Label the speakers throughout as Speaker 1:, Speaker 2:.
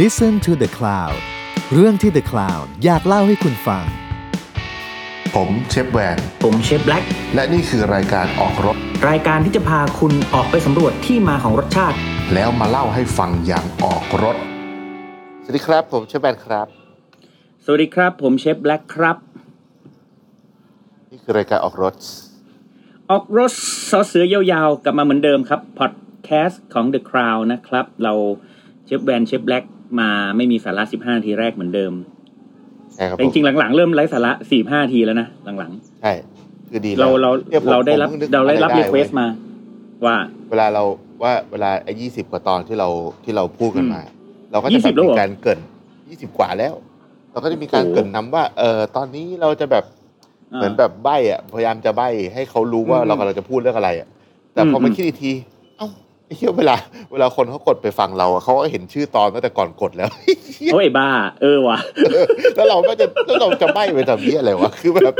Speaker 1: Listen to the Cloud เรื่องที่ The Cloud อยากเล่าให้คุณฟัง
Speaker 2: ผมเชฟแวน
Speaker 3: ผมเชฟแบล็ก
Speaker 2: และนี่คือรายการออกรถ
Speaker 3: รายการที่จะพาคุณออกไปสำรวจที่มาของรสชาติ
Speaker 2: แล้วมาเล่าให้ฟังอย่างออกรถ สวัสดีครับ ผมเชฟแวนครับ
Speaker 3: สวัสดีครับ ผมเชฟแบล็กครับ
Speaker 2: นี่คือรายการออกรถ
Speaker 3: ออกรสซอสเสือยาวๆ กลับมาเหมือนเดิมครับ พอดแคสต์ของ The Crown นะครับ เราเชฟแวนเชฟแบล็กมาไม่มีสาระ 15 นาทีแรกเหมือนเดิม
Speaker 2: ใช่ครับ
Speaker 3: แต่จ
Speaker 2: ผม
Speaker 3: ริงๆ หลังๆ เริ่มไร้สาระ 45 นาทีแล้วนะ หลัง
Speaker 2: ใช่คือดี
Speaker 3: ๆ
Speaker 2: แล้
Speaker 3: เรา
Speaker 2: ว
Speaker 3: เรา
Speaker 2: นี่ยผม
Speaker 3: เราได้รับ
Speaker 2: ผมพิ่งนึก
Speaker 3: เราได้รับ
Speaker 2: อะ
Speaker 3: รีเควส
Speaker 2: ว้ย
Speaker 3: มา ว่า
Speaker 2: เวลาเราว่าเวลาไอ้ยี่สิบกว่าตอนที่เราที่เราพูดกันมา เราก็
Speaker 3: ยี่
Speaker 2: จะ
Speaker 3: สิบ
Speaker 2: แบบ
Speaker 3: แล้วเหรอ
Speaker 2: มีการเกรินยี่สิบกว่าแล้ว เราก็จะมีการ
Speaker 3: โอ้โห
Speaker 2: เกรินนำว่าเออตอนนี้เราจะแบบ เหมือนแบบใบ้อะพยายามจะใบ้ให้เขารู้ว่า
Speaker 3: อืม
Speaker 2: เรากำลังจะพูดเรื่องอะไรอะแต่พออ
Speaker 3: ม
Speaker 2: มาคิดอีกทีเอ้าไอ้เหี้ยเวลา เวลาคนเขากดไปฟังเราอะเขาก็เห็นชื่อตอนตั้งแต่ก่อนกดแล้ว
Speaker 3: โอ้ยบ้า เออว่ะ
Speaker 2: แล้วเราก็จะแล้วเราจะใบ้ไปทำเหี้ยอะไรวะคือแบบ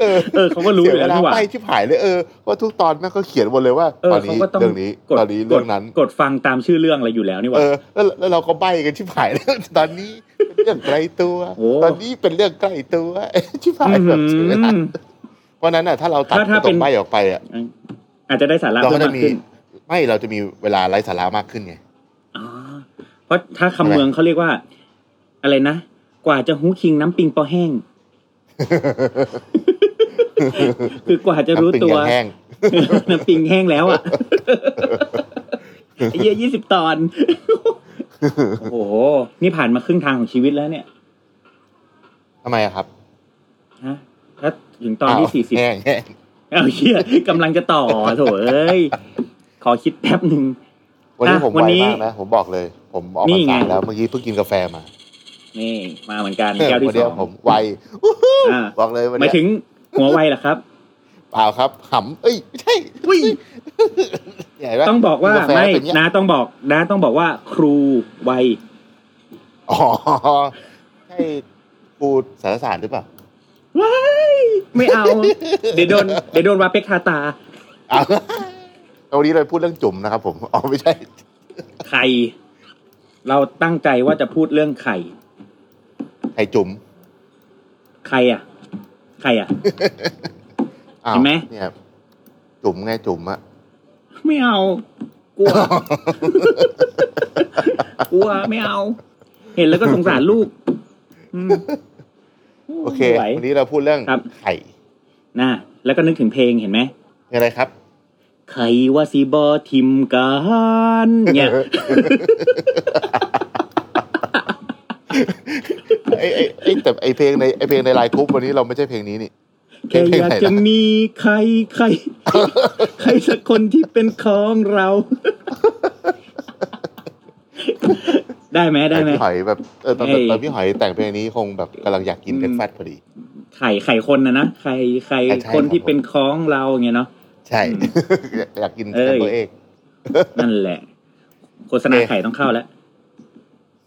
Speaker 2: เออ
Speaker 3: เออเขาก็รู้อยู่
Speaker 2: เสีย
Speaker 3: แล้ว
Speaker 2: เวลา
Speaker 3: นี่หว่า
Speaker 2: ใบ้ชิบหายเลยเออว่าทุกตอนแม่งก็เขียนหมดเลยว่า
Speaker 3: เออ
Speaker 2: ตอน
Speaker 3: เขา
Speaker 2: นี้
Speaker 3: ก็ต้อง
Speaker 2: เรื่องนี้
Speaker 3: กด
Speaker 2: ตอนนี้
Speaker 3: ก
Speaker 2: เรื่
Speaker 3: ด
Speaker 2: องนั้น
Speaker 3: กดฟังตามชื่อเรื่องอะไรอยู่แล้วนี่หว่า
Speaker 2: เออแล้วแล้วเราก็ใบ้กันชิบหายแล้วตอนนี้เป็นเรื่องไกลตัว
Speaker 3: โอ้
Speaker 2: ตอนนี้เป็นเรื่องใกล้ตัวชิบหายแบบเสียเวลาม เพราะฉะนั้นอ่ะถ้าเราตัด
Speaker 3: ถ้าถ้า
Speaker 2: ต
Speaker 3: เป็
Speaker 2: ร
Speaker 3: น
Speaker 2: งใบ้ออกไปอ่ะ
Speaker 3: อาจจะได้สาระ
Speaker 2: เรา
Speaker 3: เพิ่
Speaker 2: ก็
Speaker 3: ม
Speaker 2: จะ
Speaker 3: มาก
Speaker 2: มี
Speaker 3: ขึ้น
Speaker 2: ไม่เราจะมีเวลาไร้สาระมากขึ้นไง
Speaker 3: อ๋อเพราะถ้าคำเมืองเขาเรียกว่า อะไรนะ กว่าจะฮู้คิงน้ำปิงปอแห้ง คือกว่าจะรู้ตัว
Speaker 2: น้ำปิงยังแห้ง
Speaker 3: น้ำปิงแห้งแล้ว อ่ะ ไอ้เยี่ยยี่สิบตอน โอ้โห นี่ผ่านมาครึ่งทางของชีวิตแล้วเนี่ย
Speaker 2: ทำไมอะครับ
Speaker 3: ฮะถ้าถึงตอนที่
Speaker 2: าว
Speaker 3: สี่สิบ
Speaker 2: แห้งแห้ง
Speaker 3: เอาเชี่ยกำลังจะต่อโถเอ้ย ขอคิดแป๊บหนึ่ง
Speaker 2: วันนี้
Speaker 3: อ่ะ
Speaker 2: ผม
Speaker 3: วั
Speaker 2: ไวน
Speaker 3: นี้
Speaker 2: มากนะผมบอกเลย ผมออก
Speaker 3: นี่
Speaker 2: มา
Speaker 3: ไง
Speaker 2: สายแล้วเมื่อกี้เพิ่งกินกาแฟมา
Speaker 3: นี่ มาเหมือนกัน
Speaker 2: เออ
Speaker 3: แก้วที่
Speaker 2: วัน
Speaker 3: ส
Speaker 2: เนี้ย
Speaker 3: อง
Speaker 2: ผมไว
Speaker 3: อ่า
Speaker 2: บอกเลยวัน
Speaker 3: หมา
Speaker 2: เนี้
Speaker 3: ย
Speaker 2: ย
Speaker 3: ถึงหัวไวเหรอครับ
Speaker 2: เปล่าครับหำเอ้ยไม่ใช่
Speaker 3: อุ้ย
Speaker 2: ใหญ่ปะ
Speaker 3: ต้องบอกว่าน
Speaker 2: แฟ
Speaker 3: ไม่
Speaker 2: เป็นเงี้ย
Speaker 3: นะต้องบอกนะต้องบอกว่าครูวัย
Speaker 2: อ๋ อใช่ครูสารศาสตร์หรือเปล่า
Speaker 3: ว้ายไม่เอา เดี๋ยวโดนเดี๋ยวโดนวาเป็กคาตา
Speaker 2: อ้าว วันนี้เราพูดเรื่องจุ่มนะครับ ผมอ๋อไม่ใช่
Speaker 3: ไข่เราตั้งใจว่าจะพูดเรื่องไข่
Speaker 2: ไข่จุ่ม
Speaker 3: ไข่อ่ะไข่อ่ะ
Speaker 2: อ้าว
Speaker 3: เห็นไหม
Speaker 2: เนี่ยจุ่มไงจุ่มอะ
Speaker 3: ไม่เอากลั ว กลัวไม่เอา เห็นแล้วก็สงสารลูกอืม
Speaker 2: โอเค
Speaker 3: ไม่ไหว
Speaker 2: วันนี้เราพูดเรื่อง
Speaker 3: ครับ
Speaker 2: ไข่
Speaker 3: นะแล้วก็นึกถึงเพลงเห็นไหม
Speaker 2: เป็นอะไรครับ
Speaker 3: ไข่ว่าสีบอทิมกันเนี่ย
Speaker 2: ไอ้ไอ้ไอ้แต่ไอ้เพลงในไอ้เพลงในไลน์กรุ๊ปวันนี้เราไม่ใช่เพลงนี้นี่เพล
Speaker 3: แค่อ
Speaker 2: งเพลง
Speaker 3: ยาก
Speaker 2: ไหน
Speaker 3: จะ
Speaker 2: นะ
Speaker 3: มีใครใคร ใครสักคนที่เป็นของเรา ได้ไหมได้ไหม
Speaker 2: พี่หอยแบบเออตอน
Speaker 3: ไอ้
Speaker 2: ตอนพี่หอยแต่งเพลงนี้คงแบบกำลังอยากกินเบรกฟาสต์พอดี
Speaker 3: ไข่ไข่คนนะนะไข่ไข่
Speaker 2: ใช่ใช่
Speaker 3: คนที่
Speaker 2: ครับผม
Speaker 3: เป็นของเราอย่างเงี้ยเนาะ
Speaker 2: ใช่ อย ากอยากกิน
Speaker 3: เอ้
Speaker 2: แฮม
Speaker 3: ย
Speaker 2: เบอร์เอก
Speaker 3: นั่นแหละ โฆษณาไข่ต้องเข้าแล้ว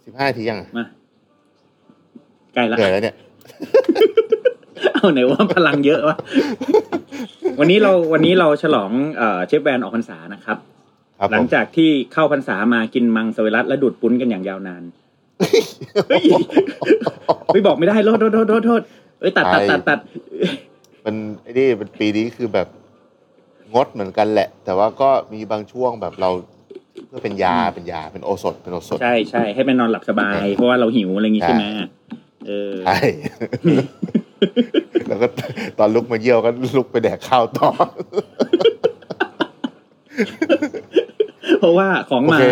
Speaker 2: สิบห้าทียัง
Speaker 3: มาใกล้ละ
Speaker 2: เหนื่อยแล้วเนี่ย
Speaker 3: เอาไหนว่าพลังเยอะวะวันนี้เราวันนี้เราฉลองเอ่อเชฟแวนออกพรรษานะครับ
Speaker 2: ครับ
Speaker 3: หลั
Speaker 2: ผ
Speaker 3: ง
Speaker 2: ม
Speaker 3: จากที่เข้าพรรษามากินมังสวิรัตและดูดปุ้นกันอย่างยาวนาน เฮ้ยไม่บอกไม่ได้โทษโทษโทษโทษโทษเอ้ยตัดตัดตัดตัด
Speaker 2: มันไอ้นี่มันปีนี้คือแบบงดเหมือนกันแหละ แต่ว่าก็มีบางช่วงแบบเราเพื่อเป็นยาเป็นยาเป็นโอสถเป็นโอสถ
Speaker 3: ใช่ใช่ให้มันนอนหลับสบาย เพราะว่าเราหิวอะไรอย่างงี้
Speaker 2: ใช่
Speaker 3: ใช่ไหมเออ
Speaker 2: ใช่ แล้วก็ตอนลุกมาเยี่ยวก็ลุกไปแดกข้าวต่อ
Speaker 3: เพราะว่าของ
Speaker 2: โอ
Speaker 3: มา
Speaker 2: เค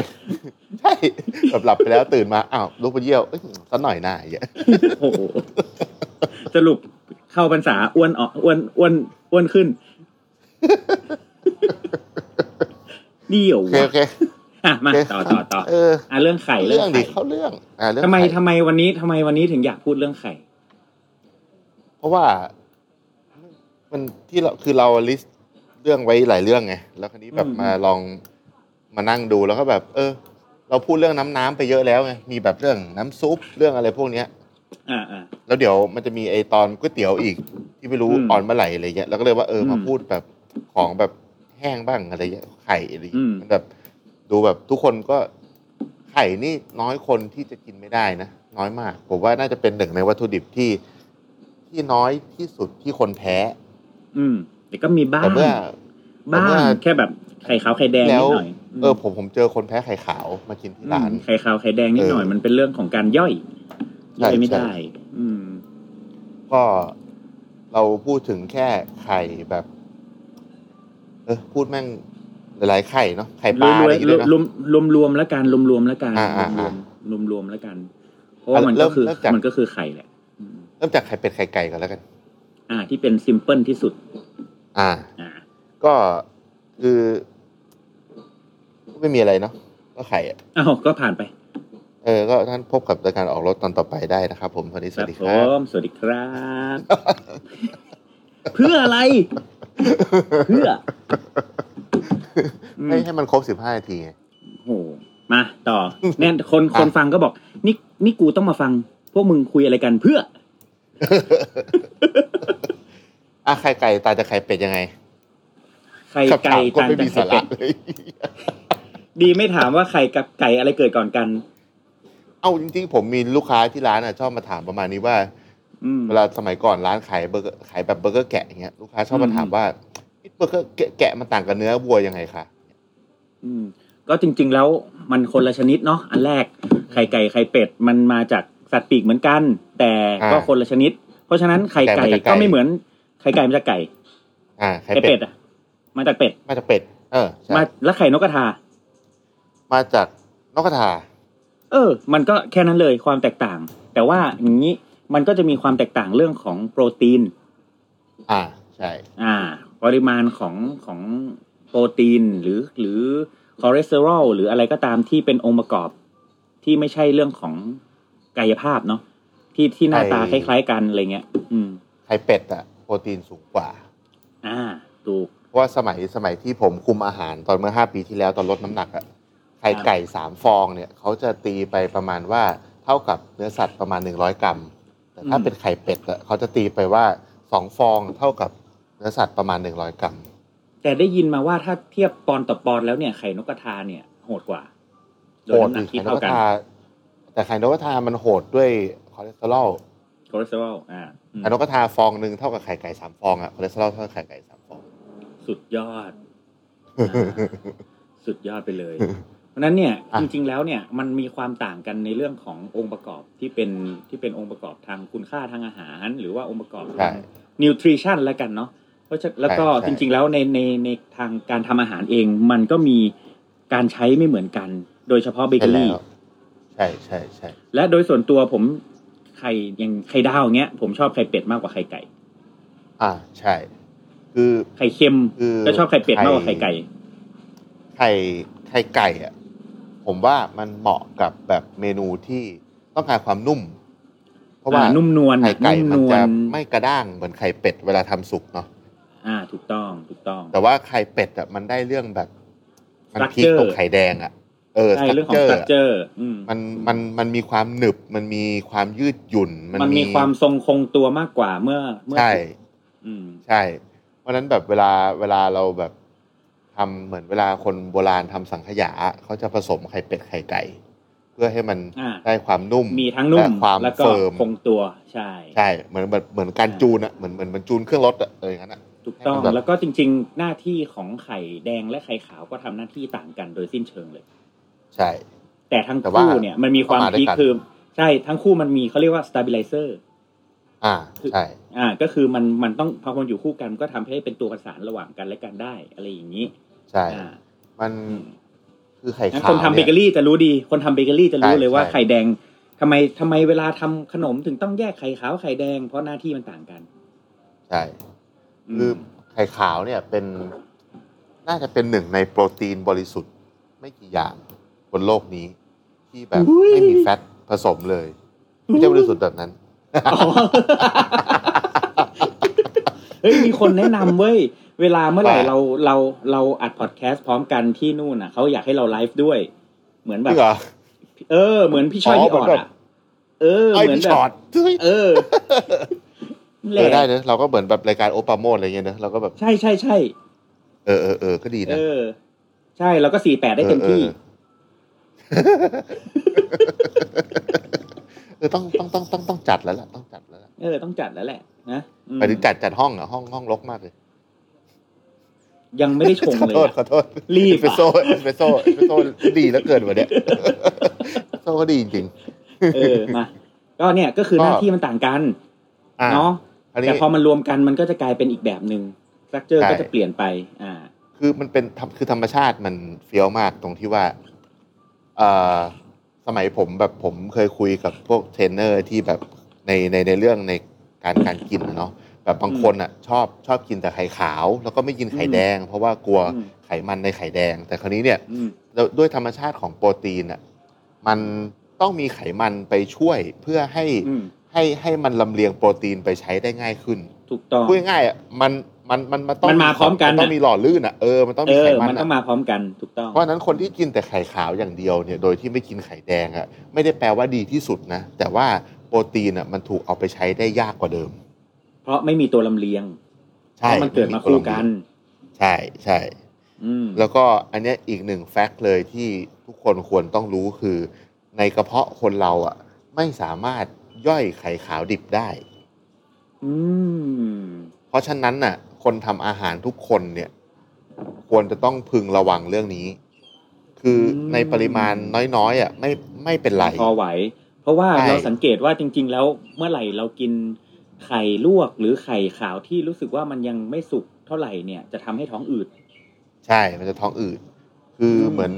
Speaker 2: ใช่แบบหลับไปแล้วตื่นมา อ้าวลุกไปเยี่ยวเอ้ยสักหน่อยหน่าอย่างเงี้ย
Speaker 3: โอ้โหสรุปเข้าพรรษาอ้วนออกอ้วนอ้วนอ้วนขึ้นเดี่ยว
Speaker 2: โอเคโอ
Speaker 3: วะ
Speaker 2: เค
Speaker 3: อ่ะมา
Speaker 2: โเค
Speaker 3: ต่อต่อต่อ
Speaker 2: เออ
Speaker 3: อ่ะเรื่องไข่
Speaker 2: เรื่องดิ
Speaker 3: ไข่
Speaker 2: เข้าเรื่องอ่าเรื่อง
Speaker 3: ทำไม
Speaker 2: ข่
Speaker 3: ทำไมวันนี้ทำไมวันนี้ถึงอยากพูดเรื่องไข่
Speaker 2: เพราะว่า มันที่เราคือเราลิสต์เรื่องไว้หลายเรื่องไงแล้วคราวนี้แบบ
Speaker 3: อืม
Speaker 2: มาลองมานั่งดูแล้วก็แบบ เออ เราพูดเรื่องน้ำน้ำไปเยอะแล้วไงมีแบบเรื่องน้ำซุปเรื่องอะไรพวกเนี้ย
Speaker 3: อ่าอ่า
Speaker 2: แล้วเดี๋ยวมันจะมีไอตอนก๋วยเตี๋ยวอีก ที่ไม่รู้
Speaker 3: อืม
Speaker 2: อ่อนเมื่อไหร่อะไรเงี้ยแล้วก็เลยว่าเอออ
Speaker 3: ม
Speaker 2: มาพูดแบบของแบบแห้งบ้างอะไรเงี้ยไข่อะไร
Speaker 3: อื
Speaker 2: เงี้ย
Speaker 3: ม
Speaker 2: มันแบบ ดูแบบทุกคนก็ ไข่นี่น้อยคนที่จะกินไม่ได้นะ น้อยมาก ผมว่าน่าจะเป็นหนึ่งในวัตถุดิบที่ที่น้อยที่สุดที่คนแพ้
Speaker 3: อืม แต่ก็มีบ้าง
Speaker 2: แต่เมื่อ
Speaker 3: บ้าง
Speaker 2: แต่เมื่อ
Speaker 3: แค่แบบไข่ขาวไข่แดง
Speaker 2: แล้
Speaker 3: นิ
Speaker 2: ว
Speaker 3: ดหน่อย
Speaker 2: เออผมผมเจอคนแพ้ไข่ขาวมากินที่ร้าน
Speaker 3: อืมไข่ขาวไข่แดงนิดหน่อย
Speaker 2: เออ
Speaker 3: มันเป็นเรื่องของการย่อย
Speaker 2: ใช่
Speaker 3: ย่อยไม่
Speaker 2: ใช่
Speaker 3: ได้ อืม
Speaker 2: ก็เราพูดถึงแค่ไข่แบบ เออพูดแม่งหลายๆไข่เนาะไข่ปลาอะไรอย่างเงี้ยด้วย
Speaker 3: ร
Speaker 2: เนาะ
Speaker 3: วมรวมรวมๆแล้วกันรวมรวมๆแล้วกัน
Speaker 2: อ่าอ่าร
Speaker 3: ว
Speaker 2: อ่าม
Speaker 3: รวมรวมๆแล้วกัน เพราะว่ามัน
Speaker 2: เริ่
Speaker 3: ก็
Speaker 2: ม
Speaker 3: คือ
Speaker 2: เริ่มจาก
Speaker 3: มันก็คือไข่แหละอืม
Speaker 2: เริ่มจากไข่เป็ดไข่ไก่ก่อนแล้วกัน
Speaker 3: อ่า ที่เป็นซิมเพิลที่สุด
Speaker 2: อ่า
Speaker 3: อ่า
Speaker 2: ก็คือก็ไม่มีอะไรเนาะก็ไข่อะ
Speaker 3: อ้าวก็ผ่านไป
Speaker 2: เออ ก็ท่านพบกับรายการออกรถตอนต่อไปได้นะครับผมวันนี้สวัสดี
Speaker 3: ผ
Speaker 2: ครับ
Speaker 3: มสวัสดีครับ เพื่ออะไร เพื่ออืม
Speaker 2: ให้ให้มันครบสิบห้านาที ไง
Speaker 3: โอ้โหมาต่ อแน่นคนคนฟังก็บอก นี่นี่กูต้องมาฟัง พวกมึงคุยอะไรกันเพื่อ
Speaker 2: อ่ะไข่ไก่ตายจากไข่เป็ดยังไง
Speaker 3: ไข่ไก่
Speaker 2: คำถามก็
Speaker 3: ต่างจา
Speaker 2: ไม่มี
Speaker 3: กไข่
Speaker 2: สา
Speaker 3: เป็
Speaker 2: ระ
Speaker 3: ด
Speaker 2: เลย
Speaker 3: ดีไม่ถามว่าไข่กับไก่อะไรเกิดก่อนกัน
Speaker 2: เอาจริงๆ ผมมีลูกค้าที่ร้านอ่ะชอบมาถามประมาณนี้ว่า
Speaker 3: อืม
Speaker 2: เวลาสมัยก่อนร้านขายเบอร์เกอร์ขายแบบเบอร์เกอร์แกะอย่างเงี้ยลูกค้าชอบมาถามว่าเบอร์เกอร์แกะแกะมันต่างกับเนื้อวัวยังไงคะ
Speaker 3: อืมก็จริงๆแล้วมันคนละชนิดเนาะอันแรกไข่ไก่ไข่เป็ดมันมาจากสัตว์ปีกเหมือนกัน แต่ก็คนละชนิด เพราะฉะนั้นไข่ไก่ก็ไม่เหมือนไข่ไก่มาจากไก่
Speaker 2: อ่าไข่
Speaker 3: ไข่
Speaker 2: เป็
Speaker 3: เป็
Speaker 2: ด
Speaker 3: ดอะมาจากเป็ด
Speaker 2: มาจากเป็ด เออใช่
Speaker 3: มาแล้วไข่นกกระทา
Speaker 2: มาจากนกกระทา
Speaker 3: เออ มันก็แค่นั้นเลยความแตกต่าง แต่ว่าอย่างนี้มันก็จะมีความแตกต่างเรื่องของโปรตีน
Speaker 2: อ่าใช่
Speaker 3: อ่า ปริมาณของของโปรตีนหรือหรือคอเลสเตอรอลหรืออะไรก็ตามที่เป็นองค์ประกอบที่ไม่ใช่เรื่องของกายภาพเนาะที่ที่หน้าตาค
Speaker 2: ไอ้
Speaker 3: ล้ายๆกันอะไรเงี้ย อืม
Speaker 2: ไข่เป็ดอะโปรตีนสูงกว่า
Speaker 3: อ่า ถูก
Speaker 2: เพราะว่าสมัยสมัยที่ผมคุมอาหารตอนเมื่อห้าปีที่แล้วตอนลดน้ำหนักอะไข่ไก่สามฟองเนี่ยเขาจะตีไปประมาณว่าเท่ากับเนื้อสัตว์ประมาณหนึ่งร้อยกรัม แต่ถ้า
Speaker 3: อืม
Speaker 2: เป็นไข่เป็ดอะเขาจะตีไปว่าสองฟองเท่ากับเนื้อสัตว์ประมาณหนึ่งร้อยกรัม
Speaker 3: แต่ได้ยินมาว่าถ้าเทียบปอนต่อปอนแล้วเนี่ยไข่นกกระทาเนี่ยโหดกว่า
Speaker 2: โหด
Speaker 3: ยน้ำหนั
Speaker 2: ดิ
Speaker 3: ก
Speaker 2: ไข่
Speaker 3: ที่
Speaker 2: น
Speaker 3: เท่าก
Speaker 2: ก
Speaker 3: กั
Speaker 2: ระ
Speaker 3: น
Speaker 2: ทาแต่ไข่นกกระทามันโหดด้วยคอเลสเตอรอล
Speaker 3: คอเลสเตอรอลอ่าอืม
Speaker 2: ไข่นกกระทาฟองหนึ่งเท่ากับไข่ไก่สามฟองอะคอเลสเตอรอลเท่ากับไข่ไก่สามฟอง
Speaker 3: สุดยอ ด อ่า สุดยอดไปเลย เพราะฉะนั้นเนี่ย
Speaker 2: อ่ะ
Speaker 3: จริงๆแล้วเนี่ยมันมีความต่างกันในเรื่องขององค์ประกอบที่เป็นที่เป็นองค์ประกอบทางคุณค่าทางอาหาร หรือว่าองค์ประกอบ
Speaker 2: ใช่
Speaker 3: ทางนิวทริชั่นแล้วกันเนาะเพราะฉะแล้วก็
Speaker 2: ใช่ใช่
Speaker 3: จริงๆแล้วในในในทางการทำอาหารเองมันก็มีการใช้ไม่เหมือนกัน โดยเฉพาะเบเก
Speaker 2: ใช่
Speaker 3: อ
Speaker 2: แล้
Speaker 3: รี่
Speaker 2: วใช่ใช่ใช่
Speaker 3: และโดยส่วนตัวผมไข่อยังไข่ดาวอย่างเงี้ยผมชอบไข่เป็ดมากกว่าไข่ไก่
Speaker 2: อ่าใช่ คือ
Speaker 3: ไข่เค็ม
Speaker 2: คือ
Speaker 3: ก็ชอบไข่เป็ดมากกว่าไข่ไก่
Speaker 2: ไข่ไข่ไก่อะผมว่ามันเหมาะกับแบบเมนูที่ต้องการความนุ่ม เพราะว่า
Speaker 3: อ่านุ่มนวล
Speaker 2: ไข่ไก่มันจะ
Speaker 3: นุ่มนวล
Speaker 2: ไม่กระด้างเหมือนไข่เป็ดเวลาทำสุกเนาะ
Speaker 3: อ่าถูกต้องถูกต้อง
Speaker 2: แต่ว่าไข่เป็ดอ่ะมันได้เรื่องแบบ มันพีค
Speaker 3: Structure
Speaker 2: ตรงไข่แดงอ่ะ เออ
Speaker 3: ใช่เรื่องของ
Speaker 2: structure
Speaker 3: สต
Speaker 2: อะ
Speaker 3: เจอร์อืม
Speaker 2: มันมันมันมีความหนึบ มันมีความยืดหยุ่น มัน
Speaker 3: มันมีความทรงคงตัวมากกว่าเมื่อเมื่อ
Speaker 2: ใช่
Speaker 3: อืม
Speaker 2: ใช่ เพราะฉะนั้นแบบเวลาเวลาเราแบบทำเหมือนเวลาคนโบราณทำสังขยาเขาจะผสมไข่เป็ดไข่ไก่ เพื่อให้มัน
Speaker 3: อ่า
Speaker 2: ได้ความนุ่ม
Speaker 3: มีทั้งนุ่ม
Speaker 2: และความ
Speaker 3: แล้วก็
Speaker 2: เฟิร์ม
Speaker 3: คงตัวใช่
Speaker 2: ใช่เหมือนเหมือนเหมือนการ
Speaker 3: อ่า
Speaker 2: จูนอ่ะเหมือนเหมือนเหมันจูนเครื่องรถอ่ะเอออย่างนั้นอ่ะ
Speaker 3: ถูกต้อง
Speaker 2: ให้มันแบบ
Speaker 3: แล้วก็จริง ๆ หน้าที่ของไข่แดงและไข่ขาวก็ทำหน้าที่ต่างกันโดยสิ้นเชิงเลย
Speaker 2: ใช่
Speaker 3: แต่ทั้ง
Speaker 2: แต่ว่า
Speaker 3: คู่เนี่ยมันมีความ
Speaker 2: เอามาด้วย
Speaker 3: พีค
Speaker 2: กัน
Speaker 3: คือใช่ทั้งคู่มันมีเขาเรียกว่า stabilizer
Speaker 2: อ่าใช่
Speaker 3: อ่า ก็คือมันมันต้องพอมันอยู่คู่กันก็ทำให้เป็นตัวประสานระหว่างกันและกันได้ อะไรอย่างนี้
Speaker 2: ใช่
Speaker 3: อ่า
Speaker 2: มัน
Speaker 3: อืม
Speaker 2: คือไข่
Speaker 3: งั้น
Speaker 2: ขาว
Speaker 3: คนทำเบ
Speaker 2: เนี่ย
Speaker 3: เกอรี่จะรู้ดี คนทำเบเกอรี่จะรู้
Speaker 2: ใช่
Speaker 3: เลยว่า
Speaker 2: ใช่
Speaker 3: ไข่แดงทำไมทำไมเวลาทำขนมถึงต้องแยกไข่ขาวไข่แดงเพราะหน้าที่มันต่างกัน
Speaker 2: ใช่
Speaker 3: อืม
Speaker 2: คือไข่ขาวเนี่ยเป็นน่าจะเป็นหนึ่งในโปรตีนบริสุทธิ์ ไม่กี่อย่างบนโลกนี้ ที่แบบ
Speaker 3: อุ๊ย
Speaker 2: ไม่มีแฟตผสมเลยไม่ใช่บริสุทธิ์แบบนั้น
Speaker 3: อ๋ อเฮ้ยมีคนแนะนำเว้ย เวลาเมื่อไหร่
Speaker 2: ว่า
Speaker 3: เราเราเราอัดพอดแคสต์พร้อมกันที่นู่นอ่ะเขาอยากให้เราไลฟ์ด้วย เหมือนแบ
Speaker 2: จ
Speaker 3: บ
Speaker 2: ริงเหรอ
Speaker 3: เออ เหมือนพี่ชอย
Speaker 2: อ๋อ
Speaker 3: พี่ออด
Speaker 2: เหมือนแบ
Speaker 3: อ่ะ
Speaker 2: บ
Speaker 3: เออ
Speaker 2: ไอ้
Speaker 3: เหมือน
Speaker 2: พี่
Speaker 3: แบ
Speaker 2: ช็อบ ตเฮ้ย
Speaker 3: เออแห
Speaker 2: เออได้
Speaker 3: ละ
Speaker 2: เนอะเราก็เหมือนแบบรายการโอปราโมดอะไรเงี้ยเนอะเราก็แบบ
Speaker 3: ใช่ใช่ใช่
Speaker 2: เออเออเออก็ดี
Speaker 3: เอ
Speaker 2: นะ
Speaker 3: อ ใช่แล้วก็สี่แปดได้เต็มที่
Speaker 2: ออออ เออต้องต้องต้องต้องต้องจัดแล้วล่ะต้องจัดแล้วล่ะ
Speaker 3: เออต้องจัดแล้วแหละนะอืม
Speaker 2: หมายถึงจัดจัดห้องเหรอ่ะห้องห้องรกมากเลย
Speaker 3: ยังไม่ได้ชง
Speaker 2: ขอ
Speaker 3: เลย
Speaker 2: โทษ
Speaker 3: อะ
Speaker 2: ขอโทษ
Speaker 3: รี
Speaker 2: เอบ สเปร
Speaker 3: อะ
Speaker 2: สโซ่เอสเปรสโซ่เอสเปรสโซ่ดีแล้วเกินกว่าเนี้ยเอสเปรสโซ่ก็ดีจริง
Speaker 3: เออมาก็เนี่ยก็คือหน้าที่มันต่างกัน
Speaker 2: ๆอ่ะ
Speaker 3: เนาะ
Speaker 2: อันนี้
Speaker 3: แต่พอมันรวมกันมันก็จะกลายเป็นอีกแบบหนึ่งสตรัคเจอร์
Speaker 2: ใช่
Speaker 3: ก็จะเปลี่ยนไป อ่า
Speaker 2: คือมันเป็นธรรมคือธรรมชาติมันเฟี้ยวมากตรงที่ว่าเอ่อสมัยผมแบบผมเคยคุยกับพวกเทรนเนอร์ที่แบบในในในเรื่องในการการกินอะเนาะแบบบางคนอ่ะชอบชอบกินแต่ไข่ขาว แล้วก็ไม่กินไข่แดง เพราะว่ากลัว
Speaker 3: อืม
Speaker 2: ไขมันในไข่แดง แต่คราวนี้เนี่ย
Speaker 3: อืม
Speaker 2: แล้วด้วยธรรมชาติของโปรตีนอ่ะมันต้องมีไขมันไปช่วยเพื่อให้
Speaker 3: อืม
Speaker 2: ให้ให้มันลำเลียงโปรตีนไปใช้ได้ง่ายขึ้น
Speaker 3: ถูกต้อง
Speaker 2: พูดง่ายๆอ่ะมันมันมันมันต้อง
Speaker 3: มันมาพร้อมกัน
Speaker 2: นต้อง
Speaker 3: น่ะ
Speaker 2: มีหล่อลื่นอ่ะเออมันต้อง
Speaker 3: เอ
Speaker 2: มีไข
Speaker 3: อ
Speaker 2: มัน
Speaker 3: มัน
Speaker 2: อะ
Speaker 3: ต้องมาพร้อมกันถูกต้อง
Speaker 2: เพราะฉะนั้นคนที่กินแต่ไข่ขาวอย่างเดียวเนี่ย โดยที่ไม่กินไข่แดงอ่ะไม่ได้แปลว่าดีที่สุดนะ แต่ว่าโปรตีนอ่ะมันถูกเอาไปใช้ได้ยากกว่าเดิม
Speaker 3: เพราะไม่มีตัวลำเลียงเพ
Speaker 2: ใช่
Speaker 3: ราะมันเกิดมาคู่กัน
Speaker 2: ใช่ใช่
Speaker 3: อืม
Speaker 2: แล้วก็อันเนี้ยอีกหนึ่งแฟกต์เลยที่ทุกคนควรต้องรู้คือ ในกระเพาะคนเราอ่ะ ไม่สามารถย่อยไข่ขาวดิบได้
Speaker 3: อืม
Speaker 2: เพราะฉะนั้นน่ะ คนทำอาหารทุกคนเนี่ย ควรจะต้องพึงระวังเรื่องนี้ คืออ
Speaker 3: ม
Speaker 2: ในปริมาณน้อยๆอ่ะไม่ไม่เป็นไร
Speaker 3: พอไหว เพราะว่า
Speaker 2: ใช่
Speaker 3: เราสังเกตว่าจริง ๆ แล้วเมื่อไหร่เรากินไข่ลวกหรือไข่ขาวที่รู้สึกว่ามันยังไม่สุกเท่าไหร่เนี่ยจะทำให้ท้องอืด
Speaker 2: ใช่ มันจะท้องอืด คืออ
Speaker 3: ม
Speaker 2: เหมือน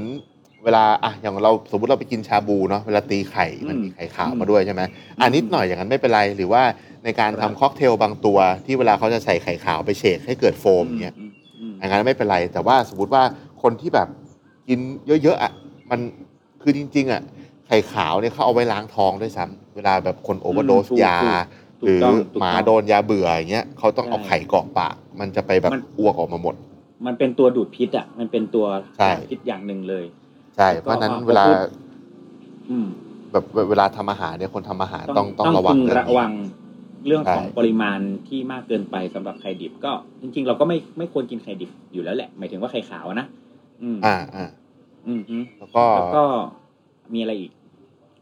Speaker 2: เวลาอ่ะอย่างเราสมมติเราไปกินชาบูเนาะ เวลาตีไข่ มัน
Speaker 3: อืม
Speaker 2: มีไข่ขาว
Speaker 3: อืม
Speaker 2: มาด้วยใช่ไหมอันนิดหน่อยอย่างนั้นไม่เป็นไร หรือว่าในการ
Speaker 3: ครับ
Speaker 2: ทำค็อกเทลบางตัวที่เวลาเขาจะใส่ไข่ขาวไปเชคให้เกิดโฟมอย่างเงี้ย
Speaker 3: อืมอืม
Speaker 2: อันนั้นไม่เป็นไร แต่ว่าสมมติว่าคนที่แบบกินเยอะๆอ่ะ มันคือจริงๆอ่ะ ไข่ขาวเนี่ยเขาเอาไว้ล้างท้องด้วยซ้ำเวลาแบบคนโอเวอร์โดส
Speaker 3: ถูก
Speaker 2: ยา ห
Speaker 3: ถู
Speaker 2: รื
Speaker 3: ก
Speaker 2: อ
Speaker 3: ต้องถูก
Speaker 2: หมา
Speaker 3: ต้อง
Speaker 2: โดนยาเบื่ออย่างเงี้ยเขาต้องเอา
Speaker 3: ใช่
Speaker 2: ไข่กรอกปาก มันจะไปแบบ
Speaker 3: มัน
Speaker 2: อ้วกออกมาหมด
Speaker 3: มันเป็นตัวดูดพิษอ่ะ มันเป็นตัว
Speaker 2: ใช่
Speaker 3: พิษอย่างหนึ่งเลย
Speaker 2: ใช่ เพราะฉะนั้น
Speaker 3: ก็พอ
Speaker 2: เวลา
Speaker 3: พูด อืม
Speaker 2: แบบเวเวลาทำอาหารเนี่ยคนทำอาหารต้องต้องระวัง
Speaker 3: พึง
Speaker 2: เรื่อง
Speaker 3: ระ
Speaker 2: นี้
Speaker 3: วังเรื่องของ
Speaker 2: ใช่
Speaker 3: ปริมาณที่มากเกินไปสำหรับไข่ดิบ ก็จริง ๆ เราก็ไม่ไม่ควรกินไข่ดิบอยู่แล้วแหละ หมายถึงว่าไข่ขาวอะนะอืม
Speaker 2: อ่าอ่า
Speaker 3: อืมฮึ
Speaker 2: แล้วก็
Speaker 3: แล้วก็มีอะไรอีก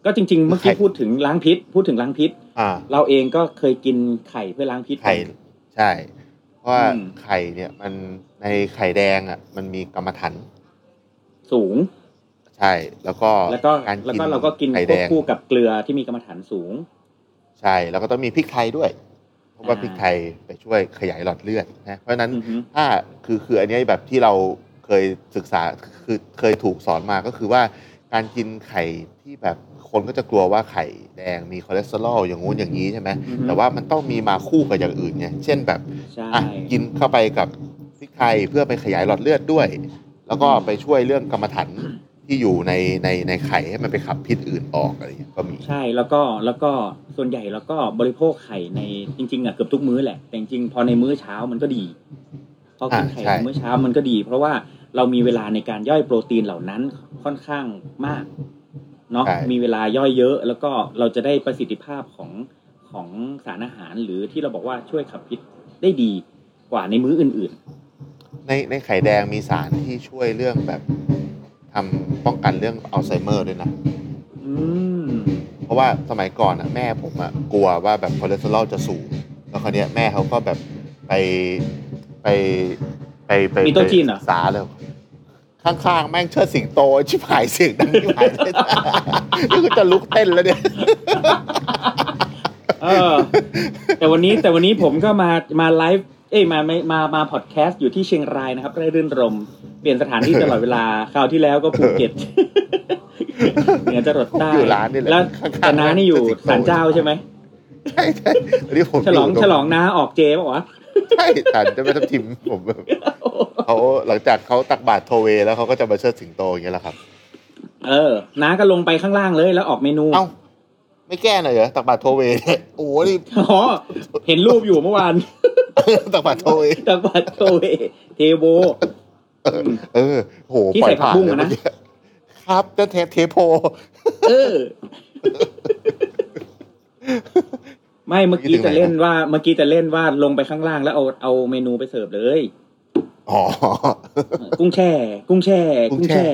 Speaker 3: ก็จริง ๆ เมื่อ
Speaker 2: ไข่
Speaker 3: กี้พูดถึงล้างพิษ พูดถึงล้างพิษ
Speaker 2: อ่า
Speaker 3: เราเองก็เคยกินไข่เพื่อล้างพิษ
Speaker 2: ไข่ใช่ เพราะว่า
Speaker 3: อืม
Speaker 2: ไข่เนี่ยมันในไข่แดงอ่ะมันมีกรรมฐาน
Speaker 3: สูง
Speaker 2: ใช่ แล้วก็
Speaker 3: แล้วก็
Speaker 2: การกิน
Speaker 3: แล้วก็เราก็กิน
Speaker 2: ไข่
Speaker 3: ค
Speaker 2: แด
Speaker 3: วบ
Speaker 2: ง
Speaker 3: คู่กับเกลือที่มีกรรมฐานสูง
Speaker 2: ใช่ แล้วก็ต้องมีพริกไทยด้วย เพราะว่า
Speaker 3: อ่า
Speaker 2: พริกไทยไปช่วยขยายหลอดเลือดนะเพราะฉะนั้น
Speaker 3: อือฮึ
Speaker 2: ถ้าคือคืออันเนี้ยแบบที่เราเคยศึกษาคือเคยถูกสอนมาก็คือว่าการกินไข่ที่แบบคนก็จะกลัวว่าไข่แดงมีคอเลสเตอรอลอย่างงู้นอย่างนี้ใช่ไหม
Speaker 3: อือฮึ
Speaker 2: แต่ว่ามันต้องมีมาคู่กับอย่างอื่นไงเช่นแบบ
Speaker 3: ใช่
Speaker 2: อ่ะกินเข้าไปกับพริกไทยเพื่อไปขยายหลอดเลือดด้วย แล้วก็ไปช่วยเรื่องกรรมฐานที่อยู่ในในในไข่ให้มันไปขับพิษอื่นออกอะไรอย่างเงี้ยก็มี
Speaker 3: ใช่แล้วก็แล้วก็ส่วนใหญ่เราก็บริโภคไข่ในจริง ๆอ่ะเกือบทุกมื้อแหละ แต่จริงๆพอในมื้อเช้ามันก็ดี พอกินไข่
Speaker 2: อ่าใช่
Speaker 3: ในมื้อเช้ามันก็ดี เพราะว่าเรามีเวลาในการย่อยโปรตีนเหล่านั้นค่อนข้างมากเนาะ
Speaker 2: ใช่
Speaker 3: มีเวลาย่อยเยอะ แล้วก็เราจะได้ประสิทธิภาพของของสารอาหารหรือที่เราบอกว่าช่วยขับพิษได้ดีกว่าในมื้ออื่น
Speaker 2: ในในไข่แดงมีสารที่ช่วยเรื่องแบบทำป้องกันเรื่องอัลไซเมอร์ด้วยนะ
Speaker 3: ๆ อืม
Speaker 2: เพราะว่าสมัยก่อนอ่ะแม่ผมอ่ะกลัวว่าแบบคอเลสเตอรอลจะสูง แล้วคราวเนี้ยแม่เขาก็แบบไปไปไปไป
Speaker 3: มีโต๊ะจีนเหรอ
Speaker 2: ศึกษาเลยข้างๆ แม่งเชิดสิงโต ชิบหายเสียงดังชิบหายเลย นี่กูจะลุกเต้นแล้วเนี่ย
Speaker 3: เออ แต่วันนี้แต่วันนี้ผมก็มามาไลฟ์เอ้ยมาไม่มามาพอดแคสต์อยู่ที่เชียงรายนะครับได้รื่นรม เปลี่ยนสถานที่ตลอดเวลาคราวที่แล้วก็ภูเก็ต เหนือจะรดใต้
Speaker 2: อยู่ร้านนี่แหละ
Speaker 3: แล้ว
Speaker 2: ข้างๆ
Speaker 3: แต่น้านี่อยู่
Speaker 2: จะติดโต๊ะ
Speaker 3: ศาลเจ้าใช่ไหม
Speaker 2: ใช่ใช่อันนี้ผม
Speaker 3: ฉลอง
Speaker 2: ยู่ตร
Speaker 3: ฉลองน้าออกเจป่ะวะ
Speaker 2: ใช่แต่จะไม่ทำทิมผมแบบเขาหลังจากเขาตักบาตรโทเว แล้วเขาก็จะมาเชิดสิงโตอย่างเงี้ยแหละครับ
Speaker 3: เออน้าก็ลงไปข้างล่างเลยแล้วออกเมนู
Speaker 2: เอ้า ไม่แก้หน่อยเหรอตักบาตรโทเวเนี่ยโอ้โหนี่
Speaker 3: อ๋อเห็นรูปอยู่เมื่อวาน
Speaker 2: ตักบาตรโทเว
Speaker 3: จังหวัดโตเวเทโบ
Speaker 2: เออโห
Speaker 3: ที่
Speaker 2: ปล่
Speaker 3: ใส่
Speaker 2: อย
Speaker 3: ผัก
Speaker 2: ผ่าน
Speaker 3: บุ้ง
Speaker 2: เลย
Speaker 3: อะนะ
Speaker 2: เมื่อกี้ครับจะเทปเทปโพ
Speaker 3: เออ ไม่เมื่อกี้จะเล่นว่าเมื่อกี้จะเล่นว่าลงไปข้างล่างแล้วเอาเอาเมนูไปเสิร์ฟเลย
Speaker 2: อ๋อ
Speaker 3: กุ้งแช่ กุ้งแช่
Speaker 2: กุ้
Speaker 3: กุ้ง
Speaker 2: งแช่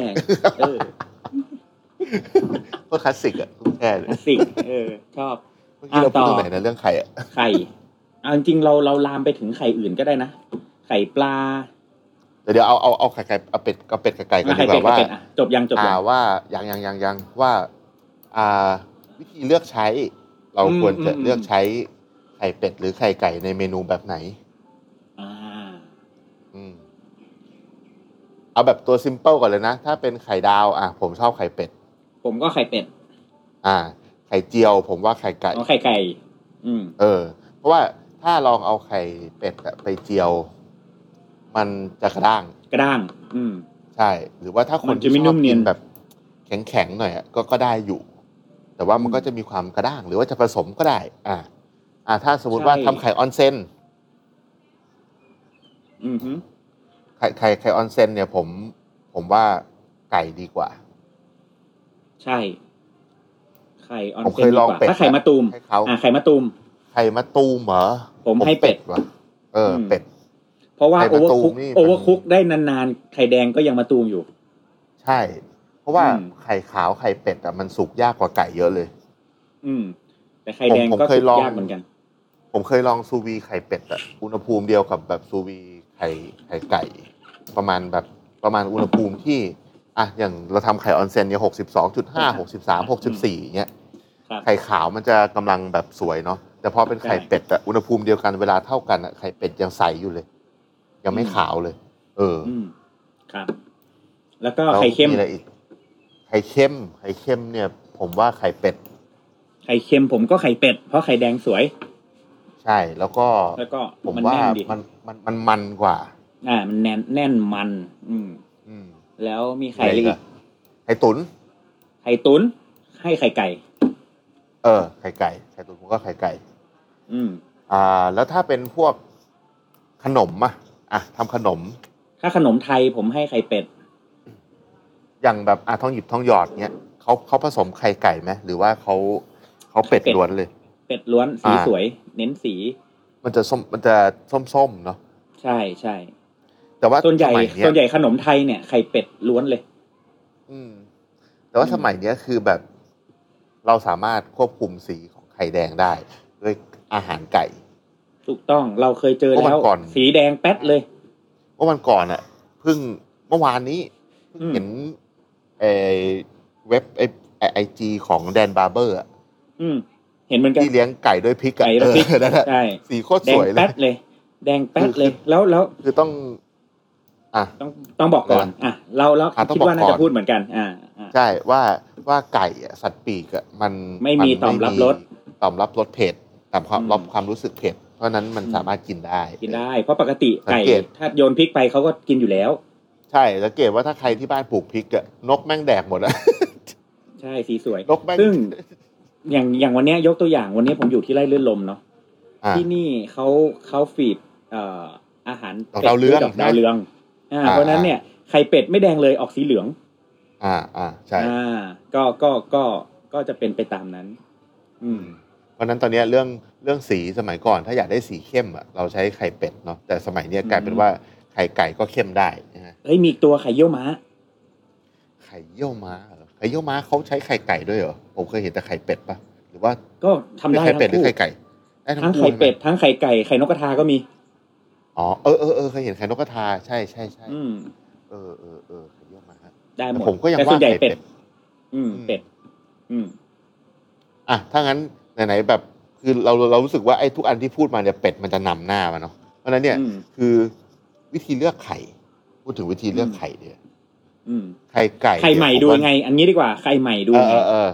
Speaker 3: แช่ เออ
Speaker 2: พวกคลาสสิกอ่ะคุณแค่เลย
Speaker 3: สิ่งเออ ชอบ
Speaker 2: เมื่อกี้เรา
Speaker 3: อ่ะต่อ
Speaker 2: พูดตรงไหนนะเรื่องไข่อ่ะ
Speaker 3: ไข่เอาจริงๆเราเราลามไปถึงไข่อื่นก็ได้นะ ไข่ปลา
Speaker 2: เดี๋ยวเดี๋ยวเอาเอาเอาไข่ไก่เอาเป็ดเอาเป็ดกับไก่ก่อน
Speaker 3: อ่ะ
Speaker 2: ดี
Speaker 3: ไข่
Speaker 2: ก
Speaker 3: เป็ด
Speaker 2: ว่า
Speaker 3: ไข่
Speaker 2: ว่า
Speaker 3: เป็ดอ่ะจบยังจบ
Speaker 2: อ่า
Speaker 3: ยัง
Speaker 2: ว่ายังยังยังยังว่าอ่าวิธีเลือกใช้ เรา
Speaker 3: อืม
Speaker 2: ควรจะ
Speaker 3: อืม
Speaker 2: เลือกใช้ไข่เป็ดหรือไข่ไก่ในเมนูแบบไหน
Speaker 3: อ่า
Speaker 2: อืมเอาแบบตัวซิมเปิลก่อนเลยนะ ถ้าเป็นไข่ดาว อ่ะ ผมชอบไข่เป็ด
Speaker 3: ผมก็ไข่เป็ด
Speaker 2: อ่า ไข่เจียว ผมว่าไข่ไก่
Speaker 3: เอาไข่ไก่ อืม
Speaker 2: เออ เพราะว่าถ้าลองเอาไข่เป็ดอะไปเจียว มันจะกระด้าง
Speaker 3: กระด้าง อืม
Speaker 2: ใช่ หรือว่าถ้าคน
Speaker 3: มันจะ
Speaker 2: ที่
Speaker 3: ไม่
Speaker 2: ชอบ
Speaker 3: นุ่มเนี
Speaker 2: กิ
Speaker 3: ยน
Speaker 2: นแบบ แข็งๆหน่อยอะก็ก็ได้อยู่ แต่ว่ามัน
Speaker 3: อืม
Speaker 2: ก็จะมีความกระด้าง หรือว่าจะผสมก็ได้ อ่า อ่า ถ้าสมมติว่า
Speaker 3: ใช่
Speaker 2: ทำไข่ออนเซน
Speaker 3: อืมฮึ
Speaker 2: ไข่ไข่ไข่ออนเซนเนี่ย ผม ผมว่าไก่ดีกว่า
Speaker 3: ใช่ ไข่ออน
Speaker 2: ผม
Speaker 3: เซ
Speaker 2: เคน ย
Speaker 3: ดี
Speaker 2: ลอง
Speaker 3: กว่า
Speaker 2: เป็ด
Speaker 3: ถ้าไข่มะตูม
Speaker 2: ให้เขา
Speaker 3: อ่าไข่มะตูม
Speaker 2: ไข่มะตูมเหรอ
Speaker 3: ผมให้เป็ด
Speaker 2: ว่ะเอออ
Speaker 3: ม
Speaker 2: เป็ด
Speaker 3: เพราะว่า
Speaker 2: ไข่
Speaker 3: โอ
Speaker 2: มะ
Speaker 3: เวอร์
Speaker 2: ตู
Speaker 3: คุ
Speaker 2: ม
Speaker 3: ก
Speaker 2: นี่มัน
Speaker 3: โอเวอร์คุกได้นานๆ ไข่แดงก็ยังมะตูมอยู่
Speaker 2: ใช่ เพราะว่า
Speaker 3: อืม
Speaker 2: ไข่ขาวไข่เป็ดอ่ะมันสุกยากกว่าไก่เยอะเลย
Speaker 3: อืม แต่ไข่แดง
Speaker 2: ผม
Speaker 3: ก็
Speaker 2: เคย
Speaker 3: สุก
Speaker 2: ลอง
Speaker 3: ยากเหมือนกัน
Speaker 2: ผมเคยลองซูวีไข่เป็ดอ่ะอุณหภูมิเดียวกับแบบซูวีไข่ไข่ไก่ ประมาณแบบประมาณอุณหภูมิที่อ่ะอย่างเราทำไข่ออนเซนเนี่ยหกสิบสองจุดห้าหกสิบสามหกสิบสี่เนี้ย
Speaker 3: ครับ
Speaker 2: ไข่ขาวมันจะกำลังแบบสวยเนาะแต่พอเป็นไข่เป็ดอ่ะอุณหภูมิเดียวกันเวลาเท่ากันอ่ะไข่เป็ดยังใสอยู่เลย ยังไม่ขาวเลย เออ
Speaker 3: อืม ครับ แล้วก็
Speaker 2: แล้ว
Speaker 3: ไข่เค็ม
Speaker 2: อะไรอีก ไข่เค็ม ไข่เค็มเนี่ย ผมว่าไข่เป็ด
Speaker 3: ไข่เค็มผมก็ไข่เป็ด เพราะไข่แดงสวย
Speaker 2: ใช่ แล้วก็
Speaker 3: แล้วก็
Speaker 2: ผม
Speaker 3: มัน
Speaker 2: ว่า
Speaker 3: แน่นดี
Speaker 2: มันมันมันมันกว่า
Speaker 3: อ่า มันแน่นแน่นมัน อืม
Speaker 2: อืม
Speaker 3: แล้วมีไข่อะไรอีก
Speaker 2: ไข่ตุน
Speaker 3: ไข่ตุ๋นให้ไข่ไก่
Speaker 2: เออ ไข่ไก่ ไข่ตุนผมก็ไข่ไก่
Speaker 3: อืม
Speaker 2: อ่า แล้วถ้าเป็นพวกขนมอะอ่ะทำขนม
Speaker 3: ถ้าขนมไทยผมให้ไข่เป็ด
Speaker 2: อย่างแบบอ่ะทองหยิบทองหยอดเนี่ยเขาเขาผสมไข่ไก่ไหมหรือว่าเขาเขาเป็ด
Speaker 3: เป็ด
Speaker 2: ล้วนเลย
Speaker 3: เป็ดล้วนสี
Speaker 2: อ่า
Speaker 3: สวย เน้นสี
Speaker 2: มันจะส้มมันจะส้มๆเนาะ
Speaker 3: ใช่ใช่
Speaker 2: แต่ว่า
Speaker 3: ส่วนใหญ่
Speaker 2: สมัยเย
Speaker 3: ส่วนใหญ่ขนมไทยเนี่ยไข่เป็ดล้วนเลย
Speaker 2: อืม แต่ว่า
Speaker 3: อืม
Speaker 2: สมัยเนี้ยคือแบบ เราสามารถควบคุมสีของไข่แดงได้ ด้วยอาหารไก่
Speaker 3: ถูกต้องเราเคยเจอ
Speaker 2: เมื่
Speaker 3: แล้
Speaker 2: อ
Speaker 3: ว
Speaker 2: วันก่อน
Speaker 3: สีแดงแป๊ดเลย
Speaker 2: เมื่อวันก่อนอะเพิ่งเมื่อวานนี้เพิ่ง
Speaker 3: อืม
Speaker 2: เห็นไอ้เว็บไอ้ไอจีของแดนบาร์เบอร์อะ
Speaker 3: อืม เห็นเหมือนกัน
Speaker 2: ที่เลี้ยงไก่ด้วยพริกอะ
Speaker 3: ไก่
Speaker 2: เอ
Speaker 3: ด้วย
Speaker 2: อ
Speaker 3: พริก
Speaker 2: นั่นแหละ
Speaker 3: ใช่
Speaker 2: สีโคตร
Speaker 3: แด
Speaker 2: ส
Speaker 3: ง
Speaker 2: วยเล
Speaker 3: แป๊
Speaker 2: ย
Speaker 3: ดเลย แดงแป๊ดเลย แล้วแล้ว
Speaker 2: คือต้อง อ่ะ
Speaker 3: ต้องต้องบอกก่อน อ่ะ เราเรา
Speaker 2: อ่ะต้อง
Speaker 3: คิดว่า
Speaker 2: บอกก่
Speaker 3: น่า
Speaker 2: อน
Speaker 3: จะพูดเหมือนกัน อ่าอ่า
Speaker 2: ใช่ว่าว่าไก่อะสัตว์ปีกอะมัน
Speaker 3: ไม่มี
Speaker 2: น
Speaker 3: ต่อมรับรส
Speaker 2: ตอมรับรสเผ็ดตามความ
Speaker 3: อืม
Speaker 2: รับความรู้สึกเผ็ดเพราะฉะนั้นมัน
Speaker 3: อืม
Speaker 2: สามารถกินได้
Speaker 3: กินได้ เพราะปกติไก่
Speaker 2: สังเกต
Speaker 3: ถ้าโยนพริกไปเขาก็กินอยู่แล้ว
Speaker 2: ใช่สังเกตว่าถ้าใครที่บ้านปลูกพริกอะนกแม่งแดกหมดอะ
Speaker 3: ใช่สีสวย
Speaker 2: นกแม่ง
Speaker 3: ซึ่งอย่างอย่างวันเนี้ยยกตัวอย่างวันนี้ผมอยู่ที่ไร่เลื่อนลมเนาะ
Speaker 2: อ่ะ
Speaker 3: ที่นี่เขาเขาฟีดเอ่ออาหาร
Speaker 2: ดอกดาวเรือง
Speaker 3: ดอกดาวเรืองอ่า
Speaker 2: อ่า
Speaker 3: เพราะฉะนั้นเนี่ยไข่เป็ดไม่แดงเลยออกสีเหลือง
Speaker 2: อ่าอ่าใช่
Speaker 3: อ่า ก็ก็ก็ก็จะเป็นไปตามนั้น อืม
Speaker 2: เพราะฉะนั้นตอนเนี้ยเรื่องเรื่องสีสมัยก่อนถ้าอยากได้สีเข้มอะเราใช้ไข่เป็ดเนาะแต่สมัยเนี้ย
Speaker 3: อืม
Speaker 2: กลายเป็นว่าไข่ไก่ก็เข้มได้นะฮะ
Speaker 3: เฮ้ยมีอีกตัวไข่เยี่ยวม้า
Speaker 2: ไข่เยี่ยวม้าเหรอไข่เยี่ยวม้าเขาใช้ไข่ไก่ด้วยเหรอผมเคยเห็นแต่ไข่เป็ดปะหรือว่า
Speaker 3: ก็ทำได้
Speaker 2: ไข่
Speaker 3: ทั้ง
Speaker 2: เป็ดหรือ
Speaker 3: คู่
Speaker 2: ไข่ไก่ได้
Speaker 3: ทั้ง
Speaker 2: คู่
Speaker 3: ไข่
Speaker 2: ใช่หม
Speaker 3: เป็ดทั้งไข่ไก่ไข่นกกระทาก็มี
Speaker 2: อ๋อเออเออเออเคยเห็นไข่นกกระทาใช่ใช่ใช่
Speaker 3: อืม
Speaker 2: เออเออเออไข่เยี่ยวม้า
Speaker 3: ได้หมด
Speaker 2: แต่ผมก็ยัง
Speaker 3: แต่ส่วนใหญ่
Speaker 2: ว่าไข่เป็
Speaker 3: เป็
Speaker 2: ด
Speaker 3: ด อืม เป็ด อืม
Speaker 2: อ่ะถ้างั้นไหนๆแบบคือเราเรารู้สึกว่าไอ้ทุกอันที่พูดมาเนี่ยเป็ดมันจะนำหน้ามาเนาะเพราะฉะนั้นเนี่ย
Speaker 3: อืม
Speaker 2: คือวิธีเลือกไข่ พูดถึงวิธีเลือกไข่เนี่ย
Speaker 3: อืม
Speaker 2: ไข่ไก่
Speaker 3: ไข่ใหม่
Speaker 2: เนี่ย
Speaker 3: ดู
Speaker 2: ผว่า
Speaker 3: ยังไง อันนี้ดีกว่าไข่ใหม่ดูยั
Speaker 2: เอ
Speaker 3: ไง
Speaker 2: อง เออเออ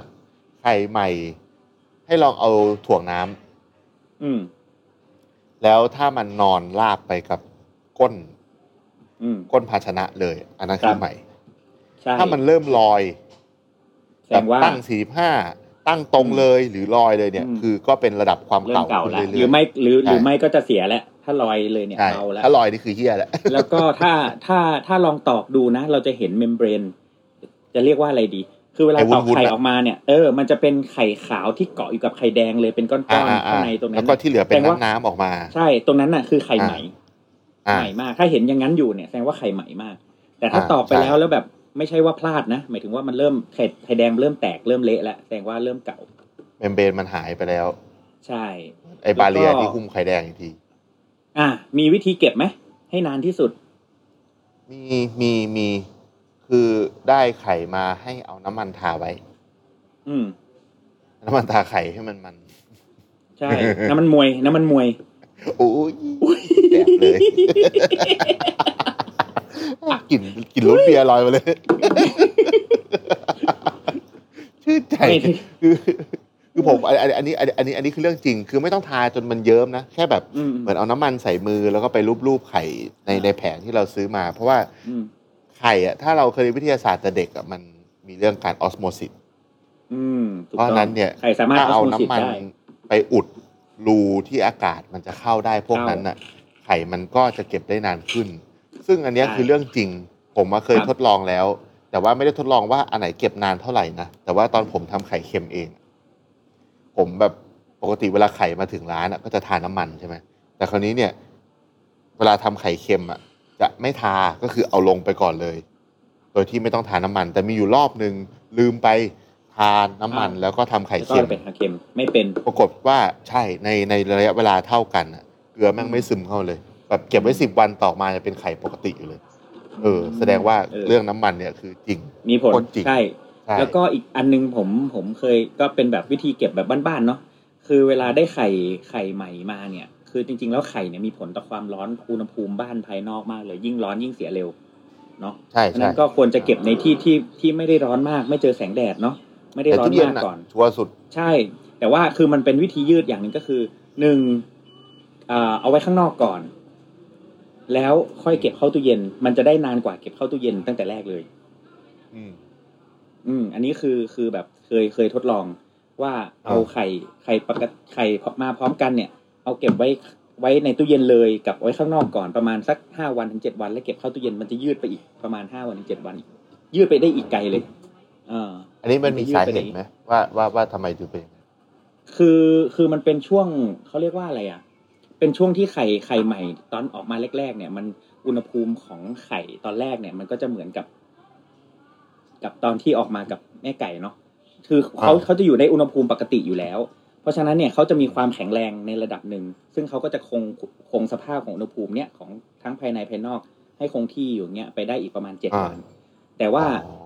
Speaker 2: ไข่ใหม่ ให้ลองเอาถ่วงน้ำ
Speaker 3: อืม
Speaker 2: แล้วถ้ามันนอนลาบไปกับก้น
Speaker 3: อืม
Speaker 2: ก้นภาชนะเลย อันนั้นคื
Speaker 3: ครั
Speaker 2: อบ ใหม่
Speaker 3: ใช่
Speaker 2: ถ้ามันเริ่มลอย
Speaker 3: แส
Speaker 2: แบ
Speaker 3: ด
Speaker 2: บ
Speaker 3: งว่า
Speaker 2: ตั้งสี่ห้าตั้งตรงเลยหรือลอยเลยเนี่ย
Speaker 3: อืม
Speaker 2: คือก็เป็นระดับความ
Speaker 3: เริ่ม
Speaker 2: เก่า
Speaker 3: เก่า
Speaker 2: ขึ้น
Speaker 3: ละห
Speaker 2: เรื่
Speaker 3: รืออย
Speaker 2: ๆ
Speaker 3: ไม่หรือ
Speaker 2: ใช่
Speaker 3: หรือไม่ก็จะเสียแล้วถ้าลอยเลยเนี่ย
Speaker 2: ใช่
Speaker 3: เบาแล้ว
Speaker 2: ถ้าลอยนี่คือเฮียแหละ
Speaker 3: แล้วก็ ถ้าถ้าถ้าลองตอกดูนะ เราจะเห็นเมมเบรน จะเรียกว่าอะไรดี คือเวลา
Speaker 2: ไอ้วุ้
Speaker 3: ต
Speaker 2: น
Speaker 3: อก
Speaker 2: ๆ
Speaker 3: ไข่
Speaker 2: น่ะ
Speaker 3: ออกมาเนี่ย เออมันจะเป็นไข่ขาวที่เกาะอยู่กับไข่แดงเลยเป็นก้อน
Speaker 2: อ่า
Speaker 3: ๆข้างในตรง
Speaker 2: แล้
Speaker 3: นั้
Speaker 2: วน ก็
Speaker 3: น่ะ
Speaker 2: ที่เหลือเป็น
Speaker 3: แสดงว่า
Speaker 2: น้ำน้ำออกมา
Speaker 3: ใช่ตรงนั้นน่ะคือไข่
Speaker 2: อ่า
Speaker 3: ใหม่
Speaker 2: อ่า
Speaker 3: ใหม่มาก ถ้าเห็นอย่างนั้นอยู่เนี่ยแสดงว่าไข่ใหม่มาก แต่ถ้า
Speaker 2: อ่า
Speaker 3: ตอกไป
Speaker 2: ใช่
Speaker 3: แล้วแล้วแบบ ไม่ใช่ว่าพลาดนะ หมายถึงว่ามันเริ่มไข่ไข่แดงเริ่มแตกเริ่มเละแล้วแสดงว่าเริ่มเก่า
Speaker 2: เมมเบรนมันหายไปแล้ว
Speaker 3: ใช่
Speaker 2: ไอ้บาเรีย
Speaker 3: แล้วก็
Speaker 2: ที่หุ้มไข่แดงอีกที
Speaker 3: อ่ะมีวิธีเก็บไหมให้นานที่สุด
Speaker 2: มีมีมีคือได้ไข่มาให้เอาน้ำมันทาไว้
Speaker 3: อืม
Speaker 2: น้ำมันทาไข่ให้มันมัน
Speaker 3: ใช่ น้ำมันมวย น้ำมันมวย
Speaker 2: โอ้ยแสบเลย กลิ่นกลิ่นรสเบียร์ลอยมาเลย ชื่นใจ
Speaker 3: ไม่
Speaker 2: คือคือผมอันอันอันนี้อันอันนี้อันนี้คือเรื่องจริง คือไม่ต้องทาจนมันเยิ้มนะ แค่แบบ
Speaker 3: อืม
Speaker 2: เหมือนเอาน้ำมันใส่มือแล้วก็ไปรูปๆไข่ในในแผงที่เราซื้อมา เพราะว่า
Speaker 3: อืม
Speaker 2: ไข่อะถ้าเราเคยเรียนวิทยาศาสตร์แต่เด็กอะมันมีเรื่องการออสโมซิส
Speaker 3: อืมถูก
Speaker 2: เพราะ
Speaker 3: ต้อง
Speaker 2: ฉะนั้นเนี่ย
Speaker 3: ใครสามารถ
Speaker 2: ถ้า
Speaker 3: เอาโม
Speaker 2: เอา
Speaker 3: ซิส
Speaker 2: น้ำมัน
Speaker 3: ได้
Speaker 2: ไปอุดรูที่อากาศมันจะเข้าได้พวกนั้นน่ะ ไข่มันก็จะเก็บได้นานขึ้น ซึ่งอันเนี้ย
Speaker 3: ใช่
Speaker 2: คือเรื่องจริง ผมมาเคย
Speaker 3: ครับ
Speaker 2: ทดลองแล้ว แต่ว่าไม่ได้ทดลองว่าอันไหนเก็บนานเท่าไหร่นะ แต่ว่าตอนผมทำไข่เค็มเอง ผมแบบปกติเวลาไข่มาถึงร้านอะก็จะทาน้ำมันใช่ไหมแต่คราวนี้เนี่ย เวลาทำไข่เค็มอะจะไม่ทาก็คือเอาลงไปก่อนเลย โดยที่ไม่ต้องทาน้ำมัน แต่มีอยู่รอบหนึ่งลืมไปทาน้ำมัน แล้วก็ทำไข่
Speaker 3: แล้วก็
Speaker 2: เค็ม
Speaker 3: เป็นอาเค็มไม่เป็น
Speaker 2: ปรากฏว่าใช่ในในระยะเวลาเท่ากันน่ะเกลือแม่งไม่ซึมเข้าเลย แบบเก็บไว้สิบวันต่อมาจะเป็นไข่ปกติอยู่เลย เออ แสดงว่า
Speaker 3: เออ
Speaker 2: เรื่องน้ำมันเนี่ยคือจริง
Speaker 3: มีผล
Speaker 2: คนจริง
Speaker 3: ใช่
Speaker 2: ใช่
Speaker 3: แล้วก็อีกอันนึงผมผมเคยก็เป็นแบบวิธีเก็บแบบบ้านๆเนาะคือเวลาได้ไข่ไข่ใหม่มาเนี่ย คือจริง ๆ แล้วไข่เนี่ยมีผลต่อความร้อนอุณหภูมิบ้านภายนอกมากเลย ยิ่งร้อนยิ่งเสียเร็วเนาะ
Speaker 2: ใช่
Speaker 3: ฉะ
Speaker 2: ใช่
Speaker 3: นั้นก็ควรจะเก็บในที่ที่ที่ไม่ได้ร้อนมาก ไม่เจอแสงแดดเนาะไม่ได้
Speaker 2: แต่
Speaker 3: ร้อน
Speaker 2: ตู้เย็น
Speaker 3: มาก
Speaker 2: น่ะ
Speaker 3: ก่อน
Speaker 2: ชัวร์สุด
Speaker 3: ใช่ แต่ว่าคือมันเป็นวิธียืดอย่างหนึ่งก็คือหนึ่งเอ่อเอาไว้ข้างนอกก่อน แล้วค่อยเก็บเข้าตู้เย็น มันจะได้นานกว่าเก็บเข้าตู้เย็นตั้งแต่แรกเลย
Speaker 2: อืม
Speaker 3: อืมอันนี้คือคือแบบเคยเคยทดลองว่าเอา
Speaker 2: อ่า
Speaker 3: ไข่ไข่ปกติไข่มาพร้อมกันเนี่ย เอาเก็บไว้ไว้ในตู้เย็นเลยกับไว้ข้างนอกก่อนประมาณสักห้าวันถึงเจ็ดวัน แล้วเก็บเข้าตู้เย็นมันจะยืดไปอีกประมาณห้าวันถึงเจ็ดวันอีกยืดไปได้อีกไกลเลยเออ
Speaker 2: อันนี้มันมีสาเหตุไหมว่าว่าว่าทำไมถึงเป็นอย่างนั้น
Speaker 3: คือคือมันเป็นช่วงเขาเรียกว่าอะไรอ่ะ เป็นช่วงที่ไข่ไข่ใหม่ตอนออกมาแรก ๆ เนี่ย มันอุณหภูมิของไข่ตอนแรกเนี่ย มันก็จะเหมือนกับ กับตอนที่ออกมากับแม่ไก่เนาะคือเขาเขาจะอยู่ในอุณหภูมิปกติอยู่แล้ว เพราะฉะนั้นเนี่ยเขาจะมีความแข็งแรงในระดับหนึ่ง ซึ่งเขาก็จะคงคงสภาพของอุณหภูมิเนี่ยของทั้งภายในภายนอก ให้คงที่อยู่อย่างเงี้ยไปได้อีกประมาณเจ็ดวัน แต่ว่า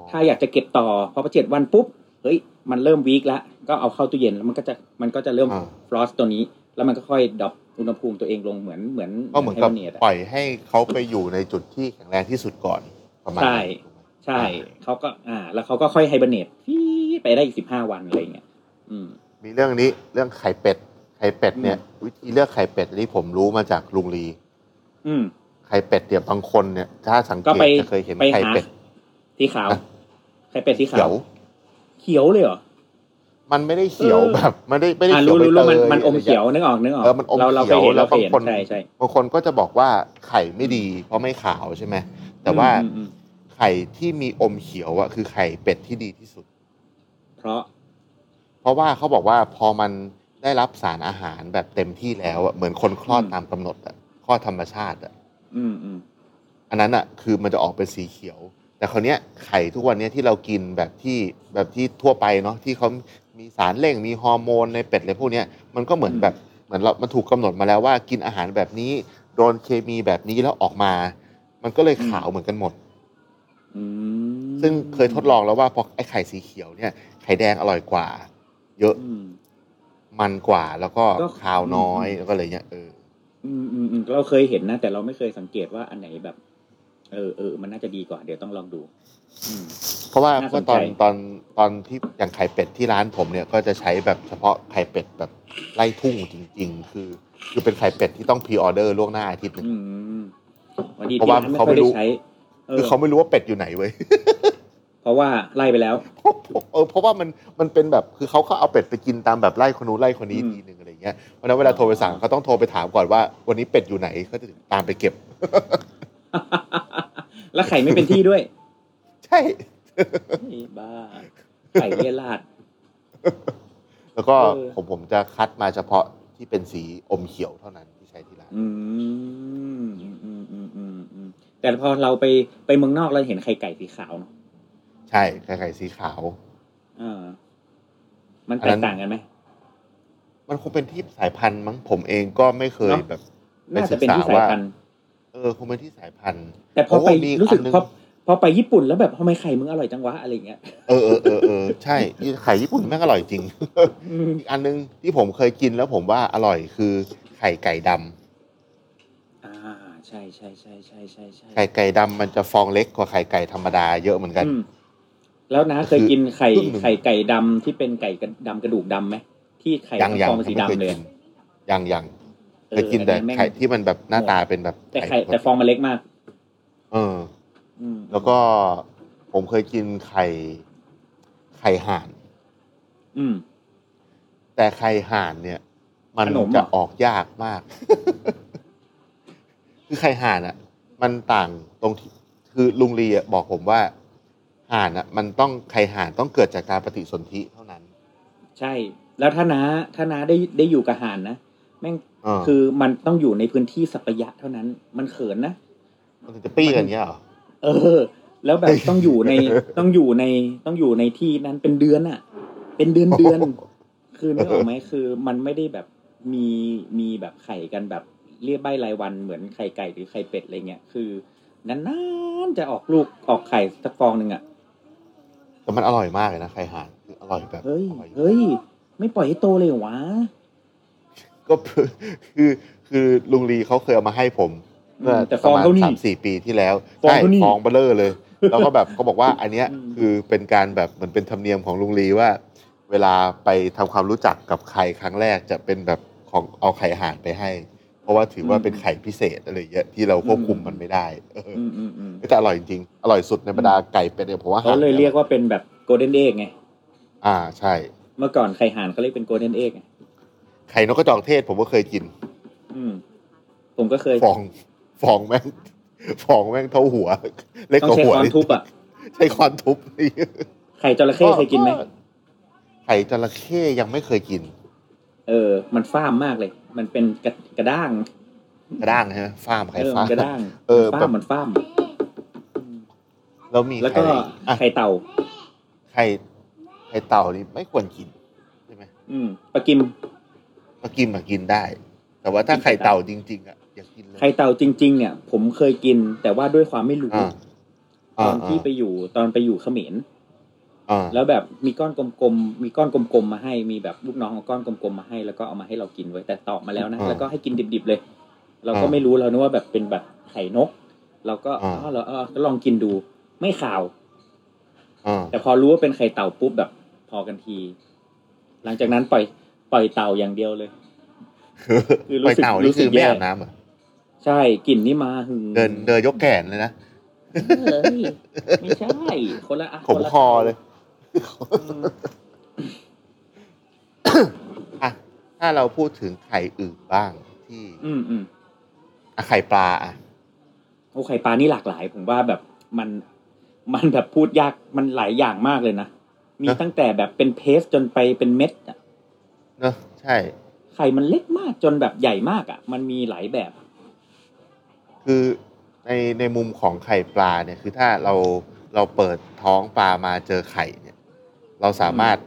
Speaker 3: ถ้าอยากจะเก็บต่อพอไปเจ็ดวันปุ๊บเฮ้ยมันเริ่มวีคแล้วก็เอาเข้าตู้เย็นแล้วมันก็จะมันก็จะเริ่ม
Speaker 2: อ่า
Speaker 3: ฟรอสตัวนี้ แล้วมันก็ค่อยดรอปอุณหภูมิตัวเองลงเหมือนเหมือน
Speaker 2: ก็เหมือนกับ
Speaker 3: ไฮเบอร์เนตอะ
Speaker 2: ปล่อยให้เขาไปอยู่ในจุดที่แข็งแรงที่สุดก่อนประมาณ
Speaker 3: ใช่
Speaker 2: นั้นถูกไหม
Speaker 3: ใช่
Speaker 2: อ่า
Speaker 3: เขาก็อ่า แล้วเขาก็ค่อยไฮเบอร์เนตฟี๊ดไปได้อีกสิบห้าวันอะไรเงี้ยอืม
Speaker 2: มีเรื่องนี้เรื่องไข่เป็ดไข่เป็ดเนี่ย วิธีเลือกไข่เป็ดอันนี้ผมรู้มาจากลุงลี
Speaker 3: อืม
Speaker 2: ไข่เป็ดเนี่ยบางคนเนี่ย ถ้าสังเก
Speaker 3: ก็
Speaker 2: ต
Speaker 3: ไป
Speaker 2: จะเคยเห็น
Speaker 3: ไป
Speaker 2: ไข่
Speaker 3: หา
Speaker 2: เป็ด
Speaker 3: สีขาว
Speaker 2: อ่ะ
Speaker 3: ไข่เป็ดสีขา
Speaker 2: เขียว ว
Speaker 3: เขียวเลยเหรอ
Speaker 2: มันไม่ได้เขียว
Speaker 3: เออ
Speaker 2: แบบไม่ได้ไม่ได้
Speaker 3: อ่า
Speaker 2: เขียว
Speaker 3: รู้
Speaker 2: ใบ
Speaker 3: รู้
Speaker 2: เต
Speaker 3: รู้มัน
Speaker 2: ย
Speaker 3: มันอมเขียว
Speaker 2: ะไร
Speaker 3: นึกออกนึกออก
Speaker 2: เออมันอม
Speaker 3: เราเราเคยเห็น
Speaker 2: เขียว
Speaker 3: เราเคยเห็น
Speaker 2: แล้วบางคน
Speaker 3: ใช่ใช่
Speaker 2: บางคนก็จะบอกว่าไข่ไม่ดี เพราะไม่ขาวใช่ไหมแต่ว่า
Speaker 3: อืมอืมอืม
Speaker 2: ไข่ที่มีอมเขียวอะคือไข่เป็ดที่ดีที่สุด
Speaker 3: เพราะ
Speaker 2: เพราะว่าเขาบอกว่าพอมันได้รับสารอาหารแบบเต็มที่แล้วอะเหมือนคนคลอด
Speaker 3: อืม
Speaker 2: ตามกำหนดอะคลอดธรรมชาติอะ
Speaker 3: อืมอืม
Speaker 2: อันนั้นอะคือมันจะออกเป็นสีเขียว แต่คราวเนี้ยไข่ทุกวันเนี้ยที่เรากินแบบที่แบบที่ทั่วไปเนาะที่เขามีสารเร่งมีฮอร์โมนในเป็ดอะไรพวกเนี้ยมันก็เหมือนแบบเหมือนเรา มันถูกกำหนดมาแล้วว่ากินอาหารแบบนี้โดนเคมีแบบนี้แล้วออกมา มันก็เลยขาวเหมือนกันหมด
Speaker 3: อืม
Speaker 2: ซึ่งเคยทดลองแล้วว่าพอไอไข่สีเขียวเนี่ยไข่แดงอร่อยกว่า เยอะ
Speaker 3: อืม
Speaker 2: มันกว่าแล้วก็
Speaker 3: ก็
Speaker 2: ขาวน้อยแล้วก็อะไรเงี้ยเออ
Speaker 3: อืมอืมอืมเราเคยเห็นนะ แต่เราไม่เคยสังเกตว่าอันไหนแบบ เออเออมันน่าจะดีกว่า เดี๋ยวต้องลองดู อืม
Speaker 2: เพราะว่า
Speaker 3: น่าส
Speaker 2: ก็
Speaker 3: นใจ
Speaker 2: ตอนตอนตอนที่อย่างไข่เป็ดที่ร้านผมเนี่ยก็จะใช้แบบเฉพาะไข่เป็ดแบบไล่ทุ่งจริง ๆ คือ คือเป็นไข่เป็ดที่ต้องพรีออเดอร์ล่วงหน้าอาทิตย์หนึง
Speaker 3: อืมวันดี
Speaker 2: เพราะ
Speaker 3: ที่
Speaker 2: ว่า
Speaker 3: ร้านไม่
Speaker 2: เขา
Speaker 3: ค่
Speaker 2: ไม่
Speaker 3: อยได้
Speaker 2: รู้
Speaker 3: ใช้เอ
Speaker 2: คือ
Speaker 3: อ
Speaker 2: เขาไม่รู้ว่าเป็ดอยู่ไหนเว้ย
Speaker 3: เพราะว่าไล่ไปแล้ว
Speaker 2: เออเพราะว่ามันมันเป็นแบบคือเขาเขาเอาเป็ดไปกินตามแบบไล่คนนู้นไล่คนนี้
Speaker 3: อืม
Speaker 2: ทีหนึ่งอะไรเงี้ยเพราะฉะนั้นเวลาโทรไปสั่งเขาต้องโทรไปถามก่อนว่า วันนี้เป็ดอยู่ไหนเขาจะตามไปเก็บ
Speaker 3: แล้วไข่ไม่เป็นที่ด้วย
Speaker 2: ใช่
Speaker 3: ไอ้บ้า ไข่เลี่ยราด
Speaker 2: แล้วก็
Speaker 3: เออ
Speaker 2: ผมผมจะคัดมาเฉพาะที่เป็นสีอมเขียวเท่านั้นที่ใช้ที่ร้าน
Speaker 3: อืมอืมอืมอืมอืมแต่พอเราไปไปเมืองนอกเราเห็นไข่ไก่สีขาวเนอะ
Speaker 2: ช่ไข่ไก่สีขาว
Speaker 3: เออ มันแตกต่างกันไหม
Speaker 2: มันคงเป็นที่สายพันธุ์มั้งผมเองก็ไม่เคย
Speaker 3: เนอะ
Speaker 2: แบบ
Speaker 3: น่าจะเป็นที่สายพันธุ์
Speaker 2: เออคงเป็นที่สายพันธุ์
Speaker 3: แต่พอไป
Speaker 2: โอ้มี
Speaker 3: รู้สึก
Speaker 2: อันนึง
Speaker 3: พอพอไปญี่ปุ่นแล้วแบบทำไมไข่มึงอร่อยจังวะอะไรอย่างเงี้ย
Speaker 2: เออเออเออเออใช่ไข่ญี่ปุ่นแม่งอร่อยจริง
Speaker 3: อืม
Speaker 2: อีกอันนึงที่ผมเคยกินแล้วผมว่าอร่อยคือไข่ไก่ดำ
Speaker 3: อ่าใช่ใช่ใช่ใช่ใช่ใช่
Speaker 2: ไข่ไก่ดำมันจะฟองเล็กกว่าไข่ไก่ธรรมดาเยอะเหมือนกัน
Speaker 3: อืมแล้วนะเคยกินไข่
Speaker 2: ครึ่งหนึ่ง
Speaker 3: ไข่ไก่ดำที่เป็นไก่กระดำกระดูกดำไหมที่ไข่
Speaker 2: ยังยัง
Speaker 3: ฟองเป็นสี
Speaker 2: ไม่
Speaker 3: ดำ
Speaker 2: เคย
Speaker 3: เลย
Speaker 2: กินยังยัง
Speaker 3: เออ
Speaker 2: เค
Speaker 3: ย
Speaker 2: กินแต่
Speaker 3: อัม่ง
Speaker 2: ไข่ที่มันแบบหน้าตาเป็นแบบ
Speaker 3: แต่ไข่แต่ฟองมันเล็กมาก
Speaker 2: เออ
Speaker 3: อืม
Speaker 2: แล้วก็ผมเคยกินไข่ไข่ห่าน
Speaker 3: อืม
Speaker 2: แต่ไข่ห่านเนี่ย มัน
Speaker 3: ขนมเหรอ
Speaker 2: จะออกยากมาก คือไข่ห่านอ่ะ มันต่างตรงที่คือลุงลีอะบอกผมว่า ห่านอ่ะ มันต้องไข่ห่านต้องเกิดจากการปฏิสนธิเท่านั้น
Speaker 3: ใช่ แล้วถ้านาถ้านาได้ได้อยู่กับหานนะแม่ง
Speaker 2: เออ
Speaker 3: คือมันต้องอยู่ในพื้นที่สัปยะเท่านั้น มันเขินนะ
Speaker 2: มันถึงจะปี้กันเงี้ยเหรอ
Speaker 3: เออ แล้วแบบต้องอยู่ใน ต้องอยู่ในต้องอยู่ในที่นั้นเป็นเดือนอะเป็นเดือนเดือนคือนึกออกไหมคือมันไม่ได้แบบมีมีแบบไข่กันแบบเรียบใบรายวันเหมือนไข่ไก่หรือไข่เป็ดอะไรเงี้ยคือนานๆจะออกลูกออกไข่สักฟองหนึ่งอะ
Speaker 2: แต่มันอร่อยมากเลยนะไข่ห่านคืออร่อยแบบ
Speaker 3: เฮ้ย
Speaker 2: อร่อ
Speaker 3: เฮ้ย ไม่ปล่อยให้โตเลยเหรอวะ
Speaker 2: ก็ คือคือคือลุงลีเขาเคยเอามาให้ผม
Speaker 3: อืม
Speaker 2: เมื่อ
Speaker 3: แต่
Speaker 2: ประมา
Speaker 3: ฟอง
Speaker 2: ณ
Speaker 3: เท่านี้
Speaker 2: สามสี่ปีที่แล้ว
Speaker 3: ฟอง
Speaker 2: ใช่
Speaker 3: เท่านี้
Speaker 2: ฟองเบลเลอร์ เลย แล้วก็แบบเขาบอกว่าอันเนี้ย
Speaker 3: อืม
Speaker 2: คือเป็นการแบบเหมือนเป็นธรรมเนียมของลุงลีว่า เวลาไปทำความรู้จักกับใครครั้งแรกจะเป็นแบบของเอาไข่ห่านไปให้ เพราะว่าถือว่าเป็นไข่พิเศษอะไรเงี้ยที่เราควบคุมมันไม่ได้เออ
Speaker 3: อืมอืมอืม
Speaker 2: แต่อร่อยจริงๆอร่อยสุดในบรรดาไก่เป็ดเนี่ยผมว่า
Speaker 3: เขาเลยเรียกว่าเป็นแบบโกลเด้นเอกไง
Speaker 2: อ่าใช่
Speaker 3: เมื่อก่อนไข่ห่านเขาเรียกเป็นโกลเด้นเอก
Speaker 2: ไข่นกกระจอกเทศผมก็เคยกิน
Speaker 3: อืม ผมก็เคย
Speaker 2: ฟองฟองแม่งฟองแม่งเท่าหัว เล็ก
Speaker 3: ต้อก ง
Speaker 2: ว่า
Speaker 3: ใช้ค้อ
Speaker 2: หัว
Speaker 3: น
Speaker 2: นิด
Speaker 3: ทุบอ่ะ
Speaker 2: ใช้คอนทุบนี่
Speaker 3: ไข่จระเข้เคยกินไหม
Speaker 2: ไข่จระเข้ยังไม่เคยกิน
Speaker 3: เออ มันฟ้ามมากเลย มันเป็นกระกระด้าง
Speaker 2: กระด้างใช่ไหมฟ้าร์มไข่
Speaker 3: เออ
Speaker 2: ฟ้า
Speaker 3: มัน
Speaker 2: ร์ม
Speaker 3: กระด้าง
Speaker 2: เออ
Speaker 3: ฟ้า
Speaker 2: แบ
Speaker 3: ม
Speaker 2: บ
Speaker 3: มันฟ้าม
Speaker 2: แล้วมี
Speaker 3: แล้ว
Speaker 2: ไข่
Speaker 3: ก็
Speaker 2: อะไรอีอ่ะ
Speaker 3: ไข่เต่า
Speaker 2: ไข่ไข่เต่านี่ไม่ควรกินใช่ไหม
Speaker 3: อืมปลากิม
Speaker 2: ปลากิมมากินได้ แต่ว่าถ้าไข่เต่าจริง ๆอ่ะอย่ากินเลย
Speaker 3: ไข่เต่าจริง ๆ เนี่ย ผมเคยกิน แต่ว่าด้วยความไม่รู้
Speaker 2: อ่า
Speaker 3: ต
Speaker 2: อ่า
Speaker 3: อนที่ไปอยู่ตอนไปอยู่เขมร
Speaker 2: อ่า
Speaker 3: แล้วแบบมีก้อนกลมๆ มีก้อนกลมๆมาให้ มีแบบลูกน้องเอาก้อนกลมๆมาให้ แล้วก็เอามาให้เรากินไว้ยแต่ตอกมาแล้วนะ แล้วก็ให้กินดิบๆเลย เราก็ไม่รู้เรานึกว่าแบบเป็นแบบไข่นก เราก็อ๋อเราเออก็ลองกินดู ไม่ข่าว
Speaker 2: อ่า
Speaker 3: แต่พอรู้ว่าเป็นไข่เต่าปุ๊บแบบพอกันที หลังจากนั้นปล่อยปล่อยเต่าอย่างเดียวเลย คือรู้
Speaker 2: ไข่
Speaker 3: สึก
Speaker 2: เต่า
Speaker 3: รู้
Speaker 2: นี่
Speaker 3: สึ
Speaker 2: คื
Speaker 3: ก
Speaker 2: อไม่
Speaker 3: แย่
Speaker 2: อาบน้ำเหรอ
Speaker 3: ใช่กลิ่นนี่มาหึง
Speaker 2: เดินเดินยกแขนเลยนะ
Speaker 3: เอ้ยไม่ใช่ คนละะ
Speaker 2: ขม
Speaker 3: นละ
Speaker 2: คอเลย
Speaker 3: อืม
Speaker 2: อ่ะถ้าเราพูดถึงไข่อื่นบ้างที่
Speaker 3: อืมอืม
Speaker 2: อ่ะไข่ปลาอ่ะ
Speaker 3: โอไข่ปลานี่หลากหลาย ผมว่าแบบมันมันแบบพูดยากมันหลายอย่างมากเลยนะ มี
Speaker 2: นะ
Speaker 3: ตั้งแต่แบบเป็นเพสจนไปเป็นเม็ดอะ
Speaker 2: เนอะใช่
Speaker 3: ไข่มันเล็กมากจนแบบใหญ่มากอ่ะ มันมีหลายแบบ
Speaker 2: คือในในมุมของไข่ปลาเนี่ยคือถ้าเราเราเปิดท้องปลามาเจอไข่เนี่ย เราสามารถ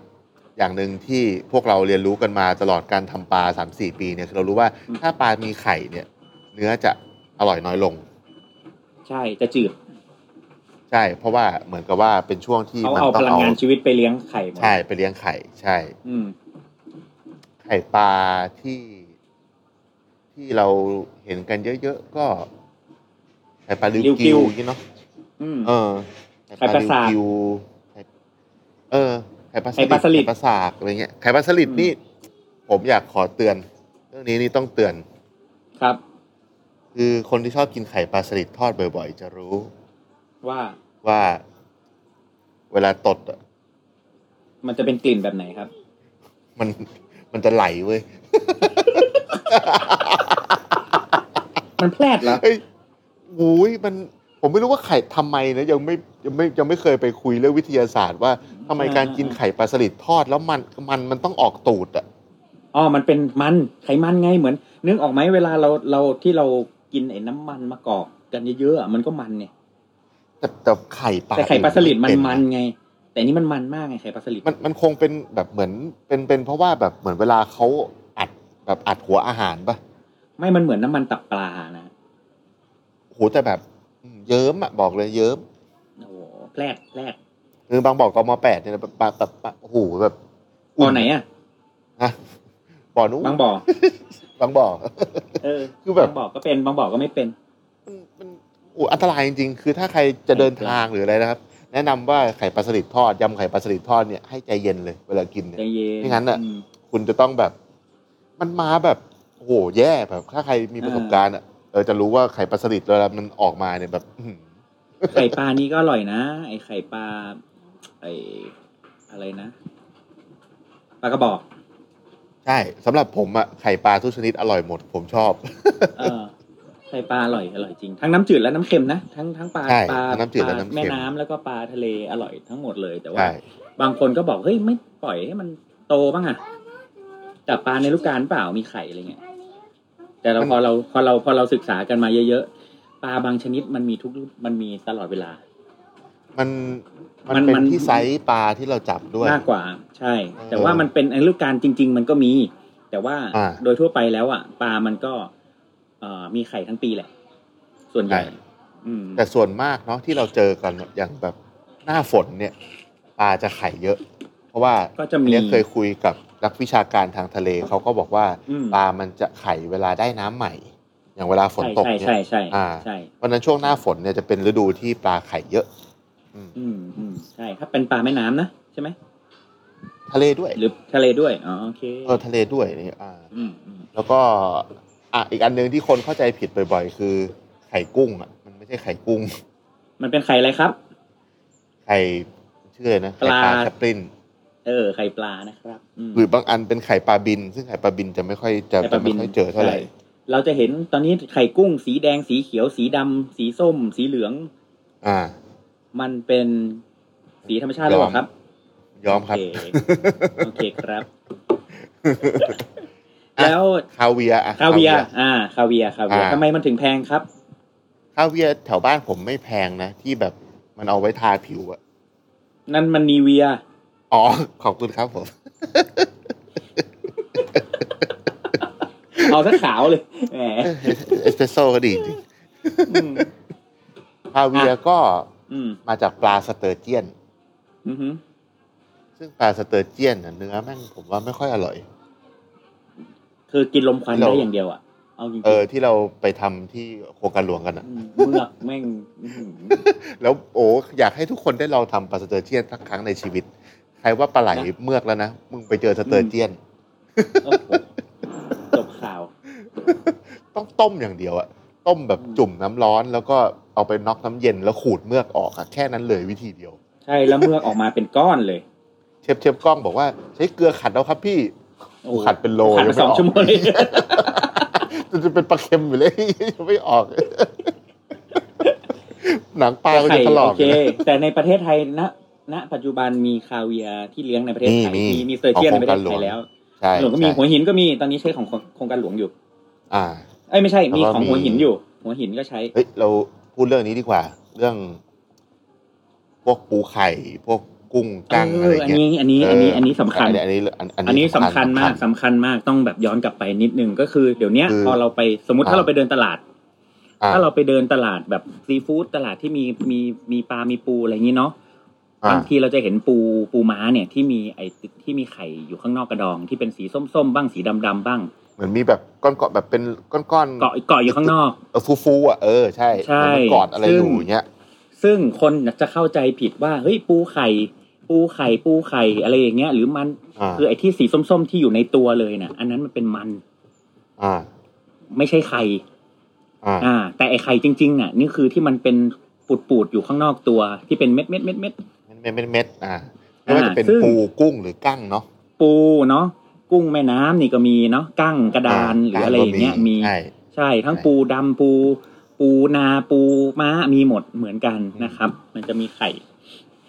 Speaker 2: อย่างหนึ่งที่พวกเราเรียนรู้กันมาตลอดการทำปลาสามสี่ปีเนี่ยคือเรารู้ว่า
Speaker 3: อืม
Speaker 2: ถ้าปลามีไข่เนี่ย เนื้อจะอร่อยน้อยลง
Speaker 3: ใช่จะจืด
Speaker 2: ใช่ เพราะว่าเหมือนกับว่าเป็นช่วงที่
Speaker 3: เขา
Speaker 2: มัน
Speaker 3: เอาพ
Speaker 2: ต้อง
Speaker 3: ลัง
Speaker 2: เอา
Speaker 3: งานชีวิตไปเลี้ยงไข่หมด
Speaker 2: ใช่ไปเลี้ยงไข่ใช่
Speaker 3: อืม
Speaker 2: ไข่ปลาที่ที่เราเห็นกันเยอะๆก็ ไข่ปลาลิว
Speaker 3: ริวกิ
Speaker 2: กิ
Speaker 3: ว
Speaker 2: วอย่างงี้เนาะ
Speaker 3: อืม
Speaker 2: เออ
Speaker 3: ไข่ปลาสาก
Speaker 2: วไข่เออ ไข่ปลา
Speaker 3: ไข่ปลาสลิด
Speaker 2: ไข่ปลาสากอะไรเงี้ย ไข่ปลาสลิด
Speaker 3: อืม
Speaker 2: นี่ ผมอยากขอเตือน เรื่องนี้นี่ต้องเตือน
Speaker 3: ครับ
Speaker 2: คือคนที่ชอบกินไข่ปลาสลิดทอดบ่อยๆ จะรู้
Speaker 3: ว่า
Speaker 2: ว่าเวลาตดอะ
Speaker 3: มันจะเป็นกลิ่นแบบไหนครับ
Speaker 2: มัน มันจะไหลเว้ย
Speaker 3: มันแพลดเหรอ
Speaker 2: เฮ้ยอุ้ยมัน ผมไม่รู้ว่าไข่ทำไมนะยังไม่ยังไม่ยังไม่เคยไปคุยเรื่องวิทยาศาสตร์ว่าทำไมการกินไข่ปลาสลิดทอดแล้วมันมันมันต้องออกตูดอะ
Speaker 3: อ๋อมันเป็นมันไขมันไงเหมือนนึกออกไหมเวลาเราเราที่เรากินไอ้น้ำมันมะกอกกันเยอะๆอะมันก็มันเนี่ย
Speaker 2: แต่แต่ไข่ปลา
Speaker 3: แต่ไข่ปลาสลิดมัน
Speaker 2: เป็
Speaker 3: มันไง แต่อันนี้มันมันมากไงไข่ปลาสลิด
Speaker 2: มันมันคงเป็นแบบเหมือนเป็นเป็นเพราะว่าแบบเหมือนเวลาเขาอัดแบบอัดหัวอาหารปะ
Speaker 3: ไม่มันเหมือนน้ำมันตับปลานะ
Speaker 2: โหแต่แบบอืมเยิ้มอะบอกเลยเยิ้ม
Speaker 3: โอ้โหแพรกแพรก
Speaker 2: คือบางบอกตอมแปดเนี่ยแบบปลาแบบปลาโอ้โหแบบ
Speaker 3: บ่อไหนอ่ะ
Speaker 2: ฮะบ่อนู้น
Speaker 3: บางบ่อบ
Speaker 2: างบ่อ
Speaker 3: เออ
Speaker 2: คือแบบ
Speaker 3: างบ่อก็เป็นบางบ่อก็ไม่เป็น
Speaker 2: มันมันโอ้อันตรายจริงๆ คือถ้าใครจะเดินทางหรืออะไรนะครับ แนะนำว่าไข่ปลาสลิดทอดยำไข่ปลาสลิดทอดเนี่ยให้ใจเย็นเลยเวลากินเนี่ย
Speaker 3: ใจเย็น
Speaker 2: ไม่งั้นน่ะ
Speaker 3: ม
Speaker 2: คุณจะต้องแบบ มันมาแบบโอ้โหแย่แบบ ถ้าใครมีประสบการณ์อ่ะเออจะรู้ว่าไข่ปลาสลิดเวลามันออกมาเนี่ยแบบ อื้อหือ
Speaker 3: ไข่ปลานี้ก็อร่อยนะ ไอไข่ปลาไออะไรนะปลากระบอก
Speaker 2: ใช่สำหรับผมอ่ะไข่ปลาทุกชนิดอร่อยหมด ผมชอบ
Speaker 3: เออ ไข่ปลาอร่อยอร่อยจริง ทั้งน้ำจืดและน้ำเค็มนะทั้งทั้งปลา
Speaker 2: ใช่
Speaker 3: ปลา
Speaker 2: ทั้งน้ำจืดและน้ำเค็ม
Speaker 3: แม่น้ำแล้วก็ปลาทะเลอร่อยทั้งหมดเลยแต่ว่า
Speaker 2: ใช่
Speaker 3: บางคนก็บอกเฮ้ยไม่ปล่อยให้มันโตบ้างอะจับปลาในลูกการเปล่ามีไข่อะไรเงี้ยแต่เราพอเราพอเราพอเราศึกษากันมาเยอะๆปลาบางชนิดมันมีทุกรูปมันมีตลอดเวลา
Speaker 2: มันมัน
Speaker 3: มัน
Speaker 2: เป็น
Speaker 3: มัน
Speaker 2: ที่ไซส์ปลาที่เราจับด้วย
Speaker 3: มากกว่าใช่
Speaker 2: เออ
Speaker 3: แต่ว่ามันเป็นอนุการจริง ๆ มันก็มี แต่ว่า
Speaker 2: อ่า
Speaker 3: โดยทั่วไปแล้วอ่ะปลามันก็เอ่อมีไข่ทั้งปีแหละ ส่วนใหญ่
Speaker 2: ใช่
Speaker 3: อืม
Speaker 2: แต่ส่วนมากเนาะที่เราเจอกันอะอย่างแบบหน้าฝนเนี่ย ปลาจะไข่เยอะ เพราะว่า
Speaker 3: ก็จะ
Speaker 2: อัน
Speaker 3: มี
Speaker 2: เนี้ยเคยคุยกับนักวิชาการทางทะเลเขาก็บอกว่า
Speaker 3: อืม
Speaker 2: ปลามันจะไข่เวลาได้น้ำใหม่ อย่างเวลาฝนตก
Speaker 3: ใช่
Speaker 2: เนี่ย
Speaker 3: ใช่ใช่ใช่
Speaker 2: อ่า
Speaker 3: ใช่
Speaker 2: วันนั้นช่วงหน้าฝนเนี่ยจะเป็นฤดูที่ปลาไข่เยอะ อืม
Speaker 3: อืมอืมใช่ถ้าเป็นปลาแม่น้ำนะใช่ไหม
Speaker 2: ทะเลด้วย
Speaker 3: หรือทะเลด้วยอ๋อโอเค
Speaker 2: เออทะเลด้วยเนี่ยอ่า
Speaker 3: อืมอืม
Speaker 2: แล้วก็อ่ะอีกอันหนึ่งที่คนเข้าใจผิดบ่อยๆ คือไข่กุ้งอ่ะมันไม่ใช่ไข่กุ้ง
Speaker 3: มันเป็นไข่อะไรครับ
Speaker 2: ไข่ชื่ออะไรนะไข่ปลา
Speaker 3: ปลา
Speaker 2: แคปริน
Speaker 3: เออไข่ปลานะครับอืม
Speaker 2: หรือบางอันเป็นไข่ปลาบิน ซึ่งไข่ปลาบินจะไม่ค่อยจะ
Speaker 3: ไข่ป
Speaker 2: จะ
Speaker 3: ลาบิน
Speaker 2: ไม่ค่อยเจอเท่าไหร่
Speaker 3: ใช่เราจะเห็นตอนนี้ไข่กุ้ง สีแดงสีเขียวสีดำสีส้ม สีเหลือง
Speaker 2: อ่า
Speaker 3: มันเป็นสีธรรมชาติหรือเปล่าครับ
Speaker 2: ยอมครับ
Speaker 3: โเโอเคครับ แล้ว
Speaker 2: คาเวียร์อ่ะ
Speaker 3: คาเวียร์อ่า คาเวียร์คาเวียร์
Speaker 2: อ่า
Speaker 3: ทำไมมันถึงแพงครับ
Speaker 2: คาเวียร์แถวบ้านผมไม่แพงนะ ที่แบบมันเอาไว้ทาผิวอะ
Speaker 3: นั่นมันนีเวีย
Speaker 2: อ๋อ ขอบคุณครับผม
Speaker 3: เอาซะขาวเลยแหม
Speaker 2: เอสเปรสโซ่ก็ดีจริง
Speaker 3: อืม
Speaker 2: คาเวียร์ก็
Speaker 3: อืม
Speaker 2: มาจากปลาสเตอร์เจียน
Speaker 3: อือหือ
Speaker 2: ซึ่งปลาสเตอร์เจียนน่ะเนื้อแม่งผมว่าไม่ค่อยอร่อย
Speaker 3: คือกินลมควัน
Speaker 2: เรา
Speaker 3: ได้อย่างเดียวอ่ะ เอาจริง
Speaker 2: เออที่เราไปทำที่โครงการหลวงกันอะ
Speaker 3: ๆเมือกแม่งอื้อหือ
Speaker 2: แล้วโอ้อยากให้ทุกคนได้ลองทำปลาสเตอร์เจียนสักครั้งในชีวิต ใครว่าปลาไหลเมือกแล้วนะ มึงไปเจอสเตอร์เจียน
Speaker 3: โอ้โหจบข่าว
Speaker 2: ต้องต้มอย่างเดียวอะต้มแบบ
Speaker 3: อืม
Speaker 2: จุ่มน้ำร้อนแล้วก็เอาไปน็อกน้ำเย็นแล้วขูดเมือกออกอะแค่นั้นเลยวิธีเดียว
Speaker 3: ใช่แล้วเมือกออกมาเป็นก้อนเลย
Speaker 2: เชฟเชฟกล้องบอกว่าใช้เกลือขัดแล้วครับพี่
Speaker 3: โอ้โห
Speaker 2: ขัดเป็นโล
Speaker 3: ขัด
Speaker 2: ยั
Speaker 3: มาสอง
Speaker 2: ไก
Speaker 3: ชั่วโมงเลย
Speaker 2: จะเป็นปลาเค็มอยู่เลย ยัง ไม่ออก หนังปลาก็จะถลอก
Speaker 3: โอเค แต่ในประเทศไทยณณปัจจุบันมีคาเวียร์ที่เลี้ยงในประเทศไทยมีมีเซอร์เจียนในประเทศไทยแล้ว
Speaker 2: ใช่
Speaker 3: หลวงก็มี
Speaker 2: ใช่
Speaker 3: หัวหินก็มีตอนนี้ใช้ของโครงการหลวงอยู่
Speaker 2: อ่า
Speaker 3: เอ้ยไม่ใช่มี
Speaker 2: แล้วก็
Speaker 3: ของ
Speaker 2: มี
Speaker 3: หัวหินอยู่ หัวหินก็ใช้
Speaker 2: เฮ้ยเราพูดเรื่องนี้ดีกว่า เรื่อง พวกปูไข่ พวกกุ้งกั้ง
Speaker 3: เอออ
Speaker 2: อะไรเงี้ย
Speaker 3: อันนี้อันนี้อันนี้สำคัญ
Speaker 2: อันนี้อันนี้
Speaker 3: อันนี้สำคัญมากสำ
Speaker 2: ญ
Speaker 3: คัญมากต้องแบบย้อนกลับไปนิดนึงก็คือเดี๋ยวเนี้ย
Speaker 2: คือ
Speaker 3: พอเราไปสมมติ
Speaker 2: อ่า
Speaker 3: ถ้าเราไปเดินตลาด
Speaker 2: อ่ะ
Speaker 3: ถ้าเราไปเดินตลาดแบบซีฟู้ดตลาดที่มีมีมีปลา มีปูอะไรอย่างนี้เนาะ
Speaker 2: อ่ะ
Speaker 3: บางทีเราจะเห็นปูปูม้าเนี่ยที่มีไอที่มีไข่อยู่ข้างนอกกระดอง ที่เป็นสีส้มๆบ้างสีดำๆบ้าง
Speaker 2: เหมือนมีแบบก้อนเกาะแบบเป็นก้อนก้อน
Speaker 3: เกาะเกาะอยู่ข้างนอก
Speaker 2: ฟูฟูๆอ่ะเออใช่
Speaker 3: ใช่
Speaker 2: เหมือนมันกอดอะไร
Speaker 3: ซึ่ง
Speaker 2: อยู่เงี้ย
Speaker 3: ซึ่งคนจะเข้าใจผิดว่าเฮ้ยปูไข่ ปูไข่ปูไข่อะไรอย่างเงี้ย หรือมัน
Speaker 2: อ่า
Speaker 3: คือไอ้ที่สีส้มๆ ที่อยู่ในตัวเลยน่ะ อันนั้นมันเป็นมัน
Speaker 2: อ่า
Speaker 3: ไม่ใช่ไข่
Speaker 2: อ่า
Speaker 3: อ่า แต่ไอ้ไข่จริงๆน่ะนี่คือที่มันเป็นปูดๆอยู่ข้างนอกตัวที่เป็นเม็ดเม็ดเม็ดเม็ด
Speaker 2: เม็ดเม็ดเม็ดๆอ่าไม่ว่าจะเป็น
Speaker 3: ซึ่ง
Speaker 2: ปูกุ้งหรือกั้งเนาะ
Speaker 3: ๆปูเนาะกุ้งแม่น้ำนี่ก็มีเนาะกั้งกระดานหรืออะไรอย่างเงี้ยมี
Speaker 2: ใช่
Speaker 3: ใช่ทั้ง
Speaker 2: ใช่
Speaker 3: ปูดำปู ปูนาปูม้ามีหมดเหมือนกันนะครับ มันจะมีไข่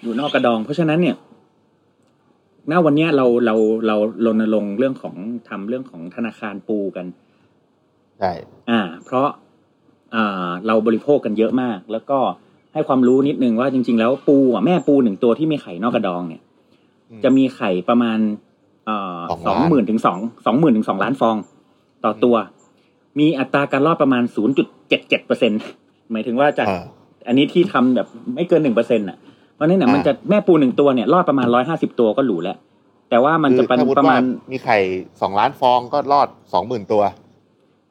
Speaker 3: อยู่นอกกระดอง เพราะฉะนั้นเนี่ยณวันเนี้ยเราเราเรารณรงค์เรื่องของทำเรื่องของธนาคารปูกัน
Speaker 2: ใช่
Speaker 3: อ่า เพราะอ่าเราบริโภคกันเยอะมาก แล้วก็ ให้ความรู้นิดนึงว่าจริง ๆ แล้วปูอ่ะแม่ปูหนึ่งตัวที่มีไข่นอกกระดองเนี่ย
Speaker 2: อืม
Speaker 3: จะมีไข่ประมาณเอ่อ
Speaker 2: สอง
Speaker 3: สอง
Speaker 2: ล้าน
Speaker 3: หมื่นถึงสองสองหมื่นถึงสองล้านฟอง ต่อตัว มีอัตราการรอดประมาณศูนย์จุดเจ็ดเจ็ดเปอร์เซ็นหมายถึงว่าจาก
Speaker 2: อ่า
Speaker 3: อันนี้ที่ทำแบบไม่เกินหนึ่งเปอร์เซ็นต์อ่ะเพราะฉะนั่นเนี่ย
Speaker 2: อ่ามั
Speaker 3: มันจะแม่ปูหนึ่งตัวเนี่ยรอดประมาณร้อยห้าสิบตัวก็หรูแล้ว แต่ว่ามันจะ
Speaker 2: คือ
Speaker 3: เป็น
Speaker 2: ถ้ามุติ
Speaker 3: ประมาณ
Speaker 2: ว่มีไข่สองล้านฟองก็รอดสองหมื่นตัว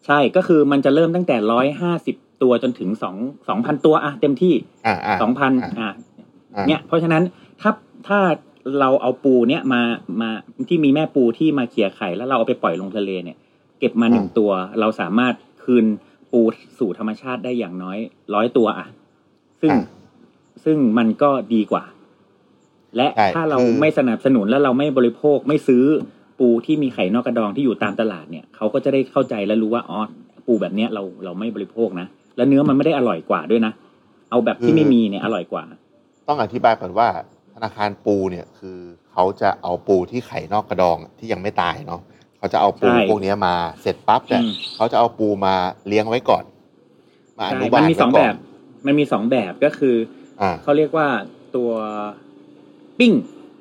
Speaker 3: ใช่ก็คือมันจะเริ่มตั้งแต่ร้อยห้าสิบตัวจนถึงสองสองพันตัวอ่ะเต็มที่
Speaker 2: อ่าอ่า
Speaker 3: สองพันอ่ะ
Speaker 2: อ่า
Speaker 3: เนี่ยเพราะฉะนั้นถ้าถ้าเราเอาปูเนี่ยมามาที่มีแม่ปูที่มาเขี่ยไข่แล้วเราเอาไปปล่อยลงทะเลเนี่ย เก็บมาหนึ่งตัว เราสามารถคืนปูสู่ธรรมชาติได้อย่างน้อยร้อยตัวอ่ะ ซึ่ง
Speaker 2: อ่า
Speaker 3: ซึ่งมันก็ดีกว่า และ
Speaker 2: ใช่
Speaker 3: ถ้าเรา
Speaker 2: คือ
Speaker 3: ไม่สนับสนุนและเราไม่บริโภคไม่ซื้อปูที่มีไข่นอกกระดองที่อยู่ตามตลาดเนี่ยเขาก็จะได้เข้าใจและรู้ว่าอ๋อปูแบบเนี้ยเราเราไม่บริโภคนะและเนื้อมันไม่ได้อร่อยกว่าด้วยนะเอาแบบที่ไม่มีเนี่ยอร่อยกว่า
Speaker 2: ต้องอธิบายก่อนว่า ธนาคารปูเนี่ยคือเขาจะเอาปูที่ไข่นอกกระดองที่ยังไม่ตายเนาะเขาจะเอาปู
Speaker 3: ใช่
Speaker 2: พวกเนี้ยมาเสร็จปั๊บเนี่ย
Speaker 3: อืม
Speaker 2: เขาจะเอาปูมาเลี้ยงไว้ก่อน มาอ
Speaker 3: ใช่
Speaker 2: นุบา
Speaker 3: มั
Speaker 2: ล
Speaker 3: มี
Speaker 2: ไว้
Speaker 3: สอง
Speaker 2: ก่
Speaker 3: แบ
Speaker 2: อน
Speaker 3: บ มันมีสองแบบก็คือ
Speaker 2: อ่า
Speaker 3: เขาเรียกว่าตัวปิ้ง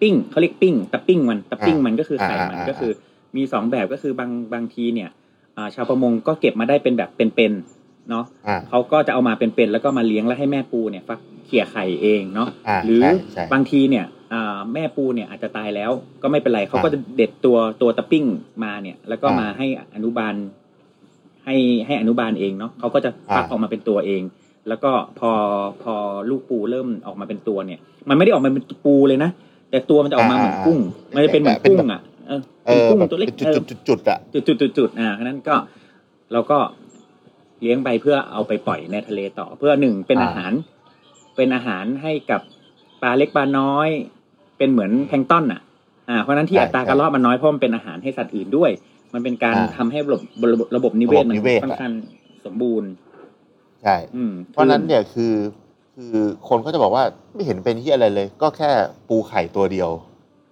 Speaker 3: ปิ้งเขาเรียกปิ้งแต่ปิ้งมันแต่ปิ้งมันก็คือไข่มัน
Speaker 2: อ่าอ่าอ่า
Speaker 3: ก็คือ มีสองแบบก็คือบางบางทีเนี่ยอ่าชาวประมงก็เก็บมาได้เป็นแบบเป็นๆเนาะ
Speaker 2: อ่า
Speaker 3: เขาก็จะเอามาเป็นๆแล้วก็มาเลี้ยงแล้วให้แม่ปูเนี่ยฟักเขี่ยไข่เองเนาะ
Speaker 2: อ่า
Speaker 3: หรือ
Speaker 2: ใช่ใช่
Speaker 3: บางทีเนี่ยอ่าแม่ปูเนี่ยอาจจะตายแล้วก็ไม่เป็นไรเขาก็
Speaker 2: อ่า
Speaker 3: จะเด็ดตัวตัวตะปิ้งมาเนี่ย แล้วก็
Speaker 2: อ่าม
Speaker 3: มาให้อนุบาล ให้ให้อนุบาลเองเนาะเขาก็จะฟัก
Speaker 2: อ่า
Speaker 3: ออกมาเป็นตัวเอง แล้วก็พอพอลูกปูเริ่มออกมาเป็นตัวเนี่ย มันไม่ได้ออกมาเป็นปูเลยนะแต่ตัวมันจะออกมาเหมือนกุ้งมันจะเป็นเหมือนกุ้งอ่ะเออ
Speaker 2: เอ
Speaker 3: เป็นกุ้
Speaker 2: อ
Speaker 3: ง
Speaker 2: แบบ
Speaker 3: ตัวเล็ก
Speaker 2: จุด
Speaker 3: เออ
Speaker 2: จุดจุดๆๆๆอ่ะ
Speaker 3: จุดจุดจุดจุดอ่าฉะนั้นก็เราก็เลี้ยงไปเพื่อเอาไปปล่อยในทะเลต่อ เพื่อหนึ่งเป็น
Speaker 2: อ่า
Speaker 3: อาหาร เป็นอาหารให้กับปลาเล็กปลาน้อย เป็นเหมือนแพลงก์ต้นอ่ะ อ่าเพราะฉะนั้นที่อัตราการรอดมันน้อยเพราะมันเป็นอาหารให้สัตว์อื่นด้วย มันเป็นการ
Speaker 2: อ่า
Speaker 3: ทำให้ระบบระบบระบบนิเวศมั
Speaker 2: ระบบนิเวศ
Speaker 3: ค่อนข้างสมบูรณ์
Speaker 2: ใช่
Speaker 3: อืม
Speaker 2: เพราะฉะนั้นเนี่ยคือคือคนก็จะบอกว่าไม่เห็นเป็นที่อะไรเลย ก็แค่ปูไข่ตัวเดียว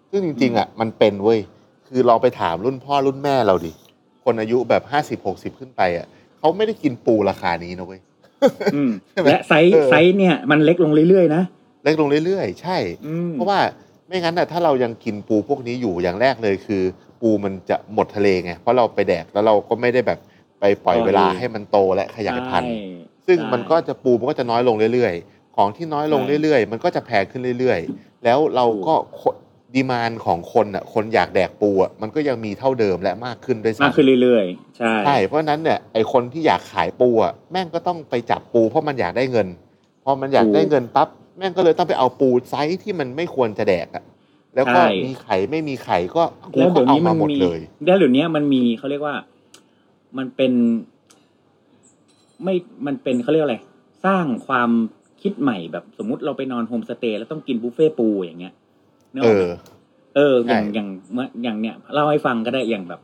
Speaker 2: ซึ่งจริงๆอ่ะมันเป็นเว้ยคือลองไปถามรุ่นพ่อรุ่นแม่เราดิ คนอายุแบบห้าสิบหกสิบขึ้นไปอ่ะเขาไม่ได้กินปูราคานี้นะเว้ย
Speaker 3: อืม
Speaker 2: ใช่ไหม
Speaker 3: และไซส์
Speaker 2: เออ
Speaker 3: ไซส์เนี่ยมันเล็กลงเรื่อยๆนะ
Speaker 2: เล็กลงเรื่อยๆ ใช่
Speaker 3: อืม
Speaker 2: เพราะว่าไม่งั้นน่ะถ้าเรายังกินปูพวกนี้อยู่อย่างแรกเลยคือ ปูมันจะหมดทะเลไงเพราะเราไปแดกแล้วเราก็ไม่ได้แบบไปปล่อยเวลาให้มันโตและขยายพันธุ์
Speaker 3: ใช่
Speaker 2: ซึ่ง
Speaker 3: ใช่
Speaker 2: มันก็จะปูมันก็จะน้อยลงเรื่อยๆ ของที่น้อยลง
Speaker 3: ใช่
Speaker 2: เรื่อยๆ มันก็จะแพงขึ้นเรื่อยๆ แล้วเราก็ดีมานของคนอ่ะ คนอยากแดกปูอ่ะ มันก็ยังมีเท่าเดิมและมากขึ้นด้วย
Speaker 3: มาก
Speaker 2: ซ้ำ
Speaker 3: ขึ้นเรื่อยๆ ใช่
Speaker 2: ใช่ เพราะฉะนั้นเนี่ยไอคนที่อยากขายปูอ่ะ แม่งก็ต้องไปจับปูเพราะมันอยากได้เงิน พอมันอยากได้เงินปั๊บ แม่งก็เลยต้องไปเอาปูไซส์ที่มันไม่ควรจะแดกอ่ะ แล้วก็มีไข่ไม่มีไข่ก็กู
Speaker 3: แล้ว
Speaker 2: ก็
Speaker 3: เดี๋ยว
Speaker 2: เอา
Speaker 3: นี้มั
Speaker 2: มาน หมด
Speaker 3: มี
Speaker 2: เลย
Speaker 3: แล้วเดี๋ยวนี้มันมีเขาเรียกว่า มันเป็น ไม่มันเป็นเขาเรียกอะไร สร้างความคิดใหม่แบบสมมุติเราไปนอนโฮมสเตย์แล้วต้องกินบุฟเฟ่ต์ปูอย่างเงี้ยนึก
Speaker 2: เอ
Speaker 3: ออกไหม
Speaker 2: อ
Speaker 3: เอออย่าง
Speaker 2: ใช่
Speaker 3: อย่างเมื่ออย่างเนี่ยเล่าให้ฟังก็ได้อย่างแบบ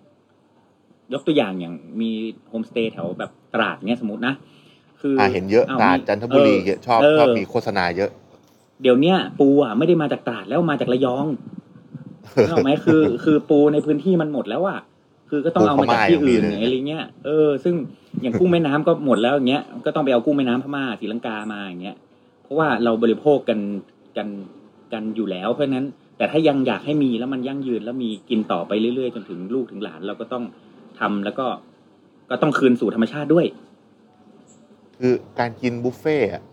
Speaker 3: ยกตัวอย่างอย่างมีโฮมสเตย์แถวแบบตราดเนี่ยสมมตินะคืออ่
Speaker 2: าเห็นเยอะ
Speaker 3: าว
Speaker 2: ตราด
Speaker 3: มี
Speaker 2: จันทบุรี
Speaker 3: เ
Speaker 2: เยอะชอบ
Speaker 3: เ
Speaker 2: ชอบมีโฆษณาเยอะ
Speaker 3: เดี๋ยวเนี้ยปูอ่ะไม่ได้มาจากตราดแล้วมาจากระยองนึกออกไหมคือ คือปูในพื้นที่มันหมดแล้วอ่ะคือก็ต้องเอามาจากที่อื่น
Speaker 2: ปูพม่ายังมีเลย
Speaker 3: อะไรเงี้ยเออซึ่งอย่างกุ้งแม่น้ำก็หมดแล้วอย่างเงี้ยก็ต้องไปเอากุ้งแม่น้ำพม่าศรีลังกามาอย่างเงี้ยเพราะว่าเราบริโภคกันกันกันอยู่แล้ว เพราะฉะนั้น แต่ถ้ายังอยากให้มีแล้วมันยั่งยืนแล้วมีกินต่อไปเรื่อยๆ จนถึงลูกถึงหลานเราก็ต้องทำแล้วก็ก็ต้องคืนสู่ธรรมชาติด้วย
Speaker 2: คือการกินบุฟเฟ่ต์อะ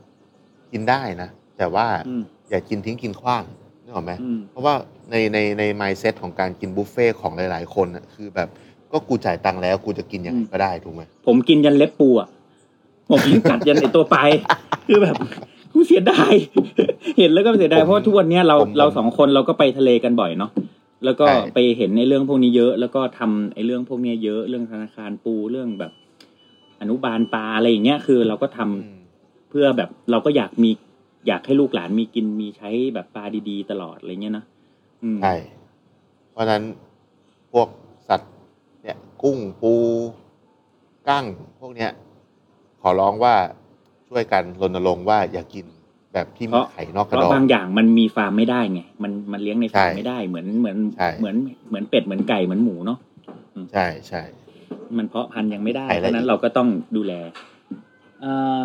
Speaker 2: กินได้นะ แต่ว่า
Speaker 3: อืม
Speaker 2: อย่ากินทิ้งกินขว้างนึกออกไหม
Speaker 3: อืม
Speaker 2: เพราะว่าในในในมายเซตของการกินบุฟเฟ่ต์ของหลาย ๆ คนอะคือแบบก็กูจ่ายตังค์แล้วกูจะกินยังไงก็ได้ถูกไหม
Speaker 3: ผมกินยันเล็บปูอ่ะผมกินกัดยันไอตัวไป ลายคือแบบกูเสียดาย เห็นแล้วก็เสียดายเพราะว่าทุกวันเนี้ยเรา
Speaker 2: ผม
Speaker 3: เราสองคนเราก็ไปทะเลกันบ่อยเนาะแล้วก็
Speaker 2: ใช่
Speaker 3: ไปเห็นในเรื่องพวกนี้เยอะ แล้วก็ทำไอ้เรื่องพวกเนี้ยเยอะเรื่องธนาคารปูเรื่องแบบ อนุบาลปลาอะไรอย่างเงี้ยคือเราก็ทำ
Speaker 2: อืม
Speaker 3: เพื่อแบบเราก็อยากมีอยากให้ลูกหลานมีกินมีใช้แบบปลาดีๆ ตลอดอะไรเงี้ยเนอะอืม
Speaker 2: ใช่ เพราะฉะนั้นพวกสัตว์ เนี่ย กุ้งปูกั้ง พวกเนี้ย ขอร้องว่าช่วยกันรณรงค์ว่าอย่ากินแบบที่
Speaker 3: เพ
Speaker 2: มี
Speaker 3: ราะ
Speaker 2: ไข่นอก
Speaker 3: เพ
Speaker 2: กระดอ
Speaker 3: ราะ
Speaker 2: ง
Speaker 3: บางอย่างมันมีฟาร์มไม่ได้ไงมันมันเลี้ยงในฟาร์ม
Speaker 2: ใช่
Speaker 3: ไม่ได้เหมือนเหมือน
Speaker 2: ใช่
Speaker 3: เหมือนเหมือนเป็ดเหมือนไก่เหมือนหมูเนาะ
Speaker 2: ใช่ใช่
Speaker 3: มันเพาะพันธุ์ยังไม่ได้
Speaker 2: ไข่
Speaker 3: เพ
Speaker 2: ละ
Speaker 3: ราะฉะนั้
Speaker 2: อี
Speaker 3: น
Speaker 2: ก
Speaker 3: เราก็ต้องดูแลเอ่อ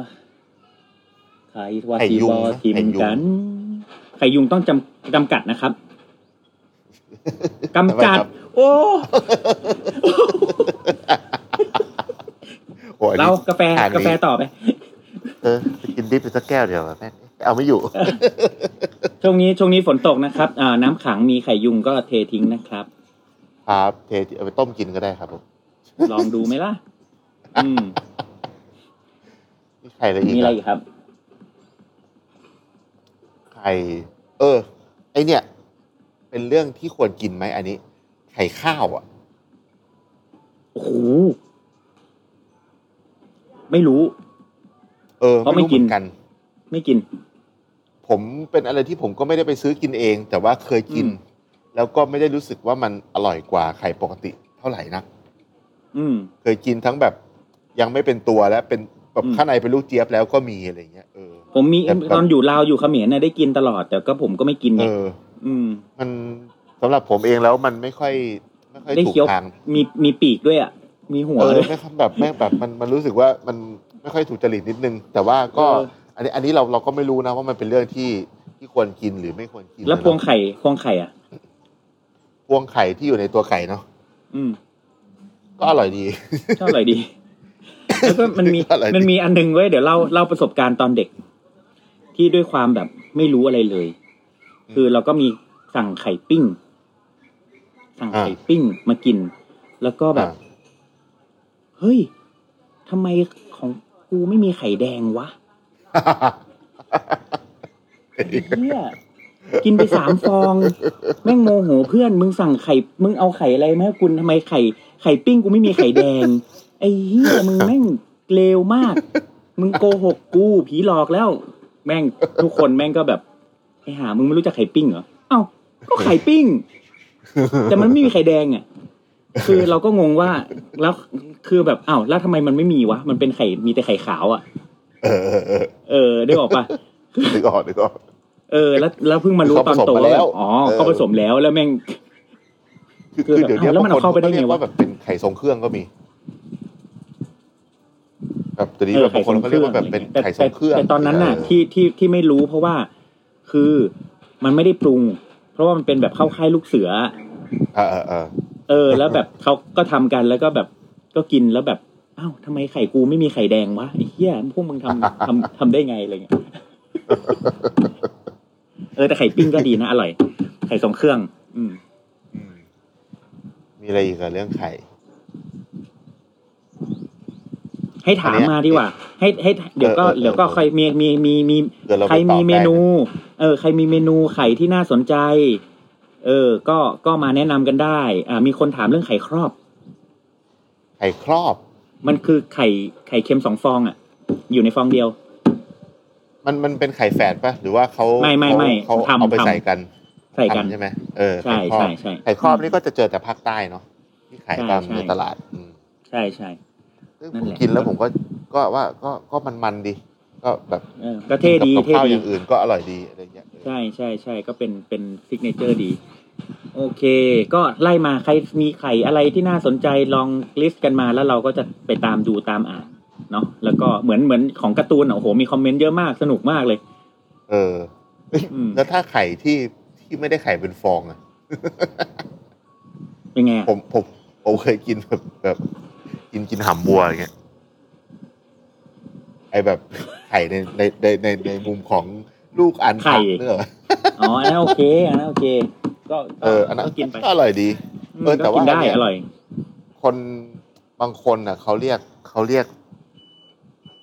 Speaker 3: ใครว่า
Speaker 2: ไข่
Speaker 3: ที
Speaker 2: ยุ
Speaker 3: บ
Speaker 2: ง
Speaker 3: อ
Speaker 2: นะ
Speaker 3: ทีม
Speaker 2: ไข่ยุง
Speaker 3: กันไข่ยุงต้องจำจำกัดนะครับกำจัด
Speaker 2: ทำไมครับ
Speaker 3: โอ้
Speaker 2: โอ้ยอัน
Speaker 3: เรา
Speaker 2: นี้
Speaker 3: กาแฟ
Speaker 2: อ่นนี้
Speaker 3: กาแฟต่อไป
Speaker 2: เออจะกินดิฟอยู่สักแก้วเดียวอะแม่งเอาไม่อยู่
Speaker 3: ช่วงนี้ช่วงนี้ฝนตก นะครับอ่าน้ำขังมีไข่ยุงก็เททิ้งนะครับ
Speaker 2: ครับเทเอาไปต้มกินก็ได้ครับผม
Speaker 3: ลองดูไหมล่ะ อืม
Speaker 2: นี่ไข่อะไรอีก
Speaker 3: มีอะไร
Speaker 2: อะ
Speaker 3: อีกครับ
Speaker 2: ไข่เออ ไอเนี่ย เป็นเรื่องที่ควรกินไหมอันนี้ ไข่ข้าวอ่ะ
Speaker 3: โอ้โห ไม่รู้
Speaker 2: เออ
Speaker 3: เพราะไม่
Speaker 2: ไม่รู้เห
Speaker 3: กิน
Speaker 2: มือนกัน
Speaker 3: ไม่กิน
Speaker 2: ผมเป็นอะไรที่ผมก็ไม่ได้ไปซื้อกินเอง แต่ว่าเคยกิน
Speaker 3: อืม
Speaker 2: แล้วก็ไม่ได้รู้สึกว่ามันอร่อยกว่าไข่ปกติเท่าไหร่นัก
Speaker 3: อืม
Speaker 2: เคยกินทั้งแบบยังไม่เป็นตัวและเป็นแบบ
Speaker 3: อืม
Speaker 2: ข้างในเป็นลูกเจี๊ยบแล้วก็มีอะไรเงี้ยเออ
Speaker 3: ผมมี
Speaker 2: แต่แบบ
Speaker 3: ตอนอยู่ลาวอยู่เขมรเนี่ยได้กินตลอด แต่ก็ผมก็ไม่กิน
Speaker 2: เอ
Speaker 3: ไง
Speaker 2: อ
Speaker 3: อืม
Speaker 2: มันสำหรับผมเองแล้วมันไม่ค่อย ไม่ค่อย
Speaker 3: ได้
Speaker 2: ถูก
Speaker 3: เคี้ยว
Speaker 2: ทาง
Speaker 3: มีมีปีกด้วยอ่ะ มีหัว
Speaker 2: เออ
Speaker 3: ด้วย
Speaker 2: ไม่ค่อยแบบแม่งแบบมันมันรู้สึกว่ามันไม่ค่อยถูกจริตนิดนึง แต่ว่าก็
Speaker 3: เออ
Speaker 2: อันนี้อันนี้เราเราก็ไม่รู้นะว่ามันเป็นเรื่องที่ที่ควรกินหรือไม่ควรกิน
Speaker 3: แล้วพวง
Speaker 2: นะ
Speaker 3: ไข่พวงไข่อ่ะ
Speaker 2: พวงไข่ที่อยู่ในตัวไก่เนาะ
Speaker 3: อืม
Speaker 2: ก็อร่อยดี
Speaker 3: ชอบอะไรดี แล้วก็มันมี
Speaker 2: ชอบอะไรดี
Speaker 3: มันมีอันหนึงเว้ยเดี๋ยวเล่าเล่าประสบการณ์ตอนเด็ก ที่ด้วยความแบบไม่รู้อะไรเลย คือเราก็มีสั่งไข่ปิ้ง สั่งไข่ปิ้งมากิน แล้วก็แบบ
Speaker 2: อ่า
Speaker 3: เฮ้ยทำไมของกูไม่มีไข่แดงวะไอ้เฮียกินไปสามฟอง แม่งโมโหเพื่อน มึงสั่งไข่ มึงเอาไข่อะไรมาให้คุณทำไมไข่ ไข่ปิ้งกูไม่มีไข่แดง ไอ้เฮียมึงแม่งเลวมาก มึงโกหกกู ผีหลอกแล้ว แม่งทุกคนแม่งก็แบบไอ้หา มึงไม่รู้จักไข่ปิ้งเหรอ เอ้า ก็ไข่ปิ้ง แต่มันไม่มีไข่แดงอ่ะ คือเราก็งงว่า แล้วคือแบบอ้าวแล้วทำไมมันไม่มีวะ มันเป็นไข่มีแต่ไข่ขาวอ่ะ
Speaker 2: เออเออเออ
Speaker 3: เออได้บอกปะ
Speaker 2: นึกออกนึกออก
Speaker 3: เออ แล้วแล้วเพิ่งมารู้ต
Speaker 2: เขาผ
Speaker 3: อน
Speaker 2: สม
Speaker 3: โต
Speaker 2: มาแล้ว
Speaker 3: าอ๋อ
Speaker 2: เออ
Speaker 3: เขาผสมแล้วแล้วแม่ง
Speaker 2: คือ
Speaker 3: เออ
Speaker 2: คือเดี๋ยวนี้
Speaker 3: เอาแล้วมัน
Speaker 2: บงค
Speaker 3: เอาเข้าไปได้ไงวะ
Speaker 2: ขรียกแบบเป็นไข่ทรงเครื่องก็มีแบบเดี๋ยวนี้
Speaker 3: เออ
Speaker 2: แบบบางคนก็เรียกว่าแบบเป็นไข่ทรงเครื่อง
Speaker 3: แต่แต่ตอนนั้นน่ะ
Speaker 2: เ
Speaker 3: ที่ที่ที่ไม่รู้เพราะว่าคือมันไม่ได้ปรุง เพราะว่ามันเป็นแบบเข้าค่ายลูกเสือ
Speaker 2: เออเออเออ
Speaker 3: เออ แล้วแบบเขาก็ทำกันแล้วก็แบบก็กินแล้วแบบอ้าวทำไมไข่กูไม่มีไข่แดงวะไอ้เหี้ยพวกมึงทำทำทำได้ไงอะไรเงี้ย เออแต่ไข่ปิ้งก็ดีนะอร่อย ไข่ทรงเครื่อง อืม
Speaker 2: อืมมีอะไรอีกกับเรื่องไข่
Speaker 3: ให้ถาม
Speaker 2: อันเนี้ย
Speaker 3: มาดีกว่า ให้ให้เดี๋ยวก็
Speaker 2: เออเออ
Speaker 3: เดี๋ยวก็
Speaker 2: เออ
Speaker 3: ใครมีมีมีมี
Speaker 2: เดี๋ยวเราไป
Speaker 3: ใครมี
Speaker 2: ตอบได้
Speaker 3: เมนู เออ ใครมีเมนูไข่ที่น่าสนใจ เออ ก็ก็มาแนะนำกันได้ อ่า มีคนถามเรื่องไข่ครอบ
Speaker 2: ไข่ครอบ
Speaker 3: มันคือไข่ไข่เค็มสองฟองอ่ะ อยู่ในฟองเดียว
Speaker 2: มันมันเป็นไข่แฝดปะหรือว่าเขา
Speaker 3: ไม่ไม่ไม่
Speaker 2: เขาเขา
Speaker 3: ทำ
Speaker 2: เอาไป
Speaker 3: ทำ
Speaker 2: ใส่กัน
Speaker 3: ใส่กัน
Speaker 2: ทำใช่ไหมเออ
Speaker 3: ใช่
Speaker 2: ไข่ครอบ
Speaker 3: ใช่ใช่
Speaker 2: ไข่ครอบนี่ก็จะเจอแต่ภาคใต้เนาะที่ขาย
Speaker 3: ใช่
Speaker 2: ตาม
Speaker 3: ใช่
Speaker 2: ในตลาด อืม
Speaker 3: ใช่ใช่
Speaker 2: ซึ่ง
Speaker 3: นั่น
Speaker 2: ผม
Speaker 3: แหละ
Speaker 2: กินแล้วผมก็ก็ว่าก็ก็มันมันๆดี ก็แบบ
Speaker 3: เออก็เท่ดี
Speaker 2: กับ
Speaker 3: เท่
Speaker 2: ข้าว
Speaker 3: ดี
Speaker 2: อย่างอื่นก็อร่อยดีอะไรเงี้ยเออ
Speaker 3: ใช่ใช่ใช่ก็เป็นเป็นซิกเนเจอร์ดี โอเค ก็ไล่มาใครมีไข่อะไรที่น่าสนใจลองลิสต์กันมาแล้วเราก็จะไปตามดูตามอ่านเนาะแล้วก็เหมือนเหมือนของการ์ตูนอะโอ้โหมีคอมเมนต์เยอะมากสนุกมากเลย
Speaker 2: เออเอ้ย
Speaker 3: อืม
Speaker 2: แล้วถ้าไข่ที่ที่ไม่ได้ไข่เป็นฟองอะ
Speaker 3: เป็นไงอะ
Speaker 2: ผมผมผมเคยกินแบบแบบกินกินหำบัวอย่างเงี้ยไอแบบไข่ในในในในในมุมของลูกอันผักเนี่ยเหรอ
Speaker 3: อ๋ออันนั้นโอเคอันนั้นโอเค ก็
Speaker 2: เอออันนั้น
Speaker 3: ก็กินไป
Speaker 2: ก็อร่อยดี เออแต่ว่า
Speaker 3: ก็กินได้
Speaker 2: เนี่ย
Speaker 3: อร่อย
Speaker 2: คนบางคนอ่ะเขาเรียกเขาเรียก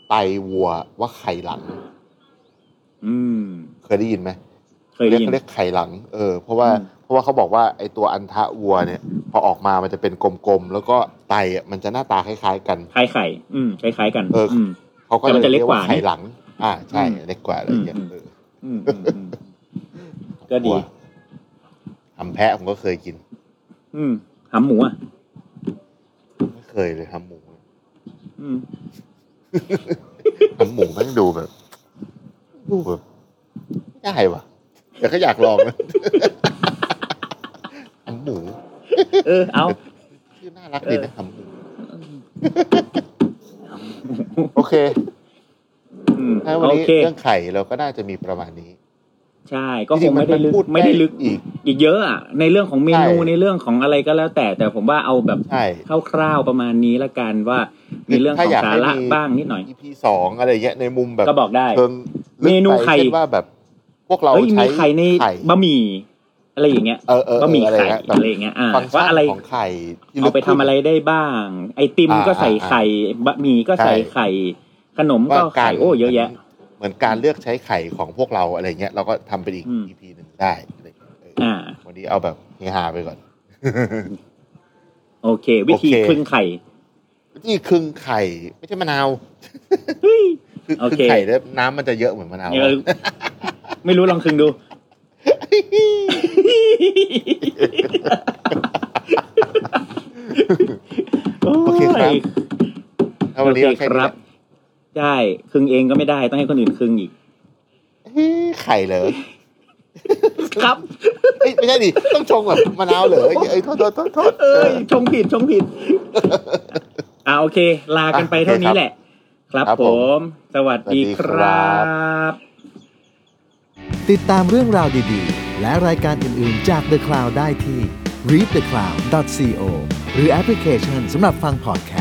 Speaker 2: ไตวัวว่าไข่หลัง
Speaker 3: อืม
Speaker 2: เคยได้ยินไหม
Speaker 3: เคยได้
Speaker 2: เรียก
Speaker 3: ยิน
Speaker 2: เขาเรียกไข่หลัง เออ เพราะว่า
Speaker 3: อืม
Speaker 2: เพราะว่าเขาบอกว่าไอตัวอันทะวัวเนี่ย พอออกมา มันจะเป็นกลมๆ แล้วก็ไตอะมันจะหน้าตาคล้ายๆกัน
Speaker 3: คล้ายไข่ อืมคล้ายๆกัน
Speaker 2: เอออื
Speaker 3: ม
Speaker 2: เขาก็
Speaker 3: แต่มันจะ
Speaker 2: เล
Speaker 3: เล็
Speaker 2: ยเรี
Speaker 3: ก
Speaker 2: ยก
Speaker 3: กว่า
Speaker 2: ว่าไข่หลัง อ่า ใช่
Speaker 3: อืม
Speaker 2: เล็กกว่าอะไรอย่างเงี้ย
Speaker 3: อืม
Speaker 2: เออ
Speaker 3: อืมอืมอืมก็ดี
Speaker 2: วัวหำแพะผมก็เคยกิน
Speaker 3: อืมหำหมูอ่ะ
Speaker 2: ไม่เคยเลยหำหมู
Speaker 3: อืม
Speaker 2: หำหมูแมันดูแบบ ดูแบบไม่ได้ว่ะ แต่ก็อยากลองนะ หำหมู
Speaker 3: เออเอา
Speaker 2: ชื่อน่ารักดีนะหำหมู
Speaker 3: เออ
Speaker 2: โอเค
Speaker 3: อืม
Speaker 2: ถ้าวัน
Speaker 3: โอ
Speaker 2: นี้
Speaker 3: เค
Speaker 2: เรื่องไข่เราก็น่าจะมีประมาณนี้
Speaker 3: ใช่ ก็ค
Speaker 2: จริ
Speaker 3: ง
Speaker 2: ๆน
Speaker 3: ไม่ได้ลึก
Speaker 2: พู
Speaker 3: ไม่ได้ลึก
Speaker 2: อีก
Speaker 3: อีกเยอะอะในเรื่องของเมนู
Speaker 2: ใช่
Speaker 3: ในเรื่องของอะไรก็แล้วแต่ แต่ผมว่าเอาแบบ
Speaker 2: ใช่
Speaker 3: คร่าวๆประมาณนี้ละกันว่ามีเรื่องของสาระบ้างนิดหน่อย
Speaker 2: อีพีสองอะไรเงี้ยในมุมแบบ
Speaker 3: ก็บอกได้
Speaker 2: เชิงลึกป
Speaker 3: เมนูไข่
Speaker 2: เช่นว่าแบบพวกเรา
Speaker 3: เอ้ย
Speaker 2: ใช้
Speaker 3: มีไข่ใน
Speaker 2: ไข่
Speaker 3: บะหมี่ อะไรอย่างเงี้ย
Speaker 2: เออเออเออบ
Speaker 3: ะหมี่
Speaker 2: อะไร
Speaker 3: ไข่
Speaker 2: เงี้ยแบบ
Speaker 3: อะไรอย่างเงี้ยอ่า
Speaker 2: ฟังก์ชั
Speaker 3: ว่าอะไร
Speaker 2: นของไข่ที่ลึ
Speaker 3: เอา
Speaker 2: ก
Speaker 3: ไปทำ
Speaker 2: ขึ้น
Speaker 3: อะไรได้บ้าง ไอติม
Speaker 2: อ่า
Speaker 3: ก็ใส่
Speaker 2: อ่า
Speaker 3: ไข่บะหมี่ก็ใส่
Speaker 2: ใช่
Speaker 3: ไข่ ขนมก็
Speaker 2: ว่ากา
Speaker 3: ไข่
Speaker 2: ร
Speaker 3: โอ้เยอะแยะ
Speaker 2: เหมือนการเลือกใช้ไข่ของพวกเราอะไรเงี้ยเราก็ทำเป็นอีก
Speaker 3: อืม
Speaker 2: EP หนึ่งได้อะไรเงี้ยเอออ
Speaker 3: อ่า
Speaker 2: วันนี้เอาแบบเฮฮาไปก่อน
Speaker 3: โอเค วิธี
Speaker 2: โอเค
Speaker 3: คลึงไข่
Speaker 2: นี่ครึ่งไข่ไม่ใช่มะนาว
Speaker 3: เฮ้ย
Speaker 2: คือ
Speaker 3: โอ
Speaker 2: ครึ่
Speaker 3: เค
Speaker 2: งไข่แล้วน้ำมันจะเยอะเหมือนมะนาว
Speaker 3: เออไม่รู้ลองคลึงดู
Speaker 2: โอเคครับเอาวันนี้
Speaker 3: โอ
Speaker 2: เรา
Speaker 3: เค
Speaker 2: แค่
Speaker 3: ค
Speaker 2: นี้
Speaker 3: รับ ได้คลึงเองก็ไม่ได้ต้องให้คนอื่นคลึงอีก
Speaker 2: เฮ้ยไข่เหรอ
Speaker 3: ครับ
Speaker 2: เอ้ยไม่ใช่ดิต้องชงแบบมะนาวเหรอเอ้ยเอ้ยโทษโทษโทษโทษ
Speaker 3: เอ้ยชงผิดชงผิด อ่าโอเค ลากันไป
Speaker 2: อ่ะ
Speaker 3: เท่านี้
Speaker 2: โอเคครับ
Speaker 3: แหละ ครับ
Speaker 2: ครับ
Speaker 3: ผ
Speaker 2: ผม
Speaker 3: สวัสดี
Speaker 2: สวัสดี
Speaker 3: ค
Speaker 2: ค
Speaker 3: ร
Speaker 2: รั
Speaker 3: ับ
Speaker 1: ติดตามเรื่องราวดีๆ และรายการอื่นๆจาก The Cloud ได้ที่ readthecloud.co หรือแอปพลิเคชันสำหรับฟังพอดแค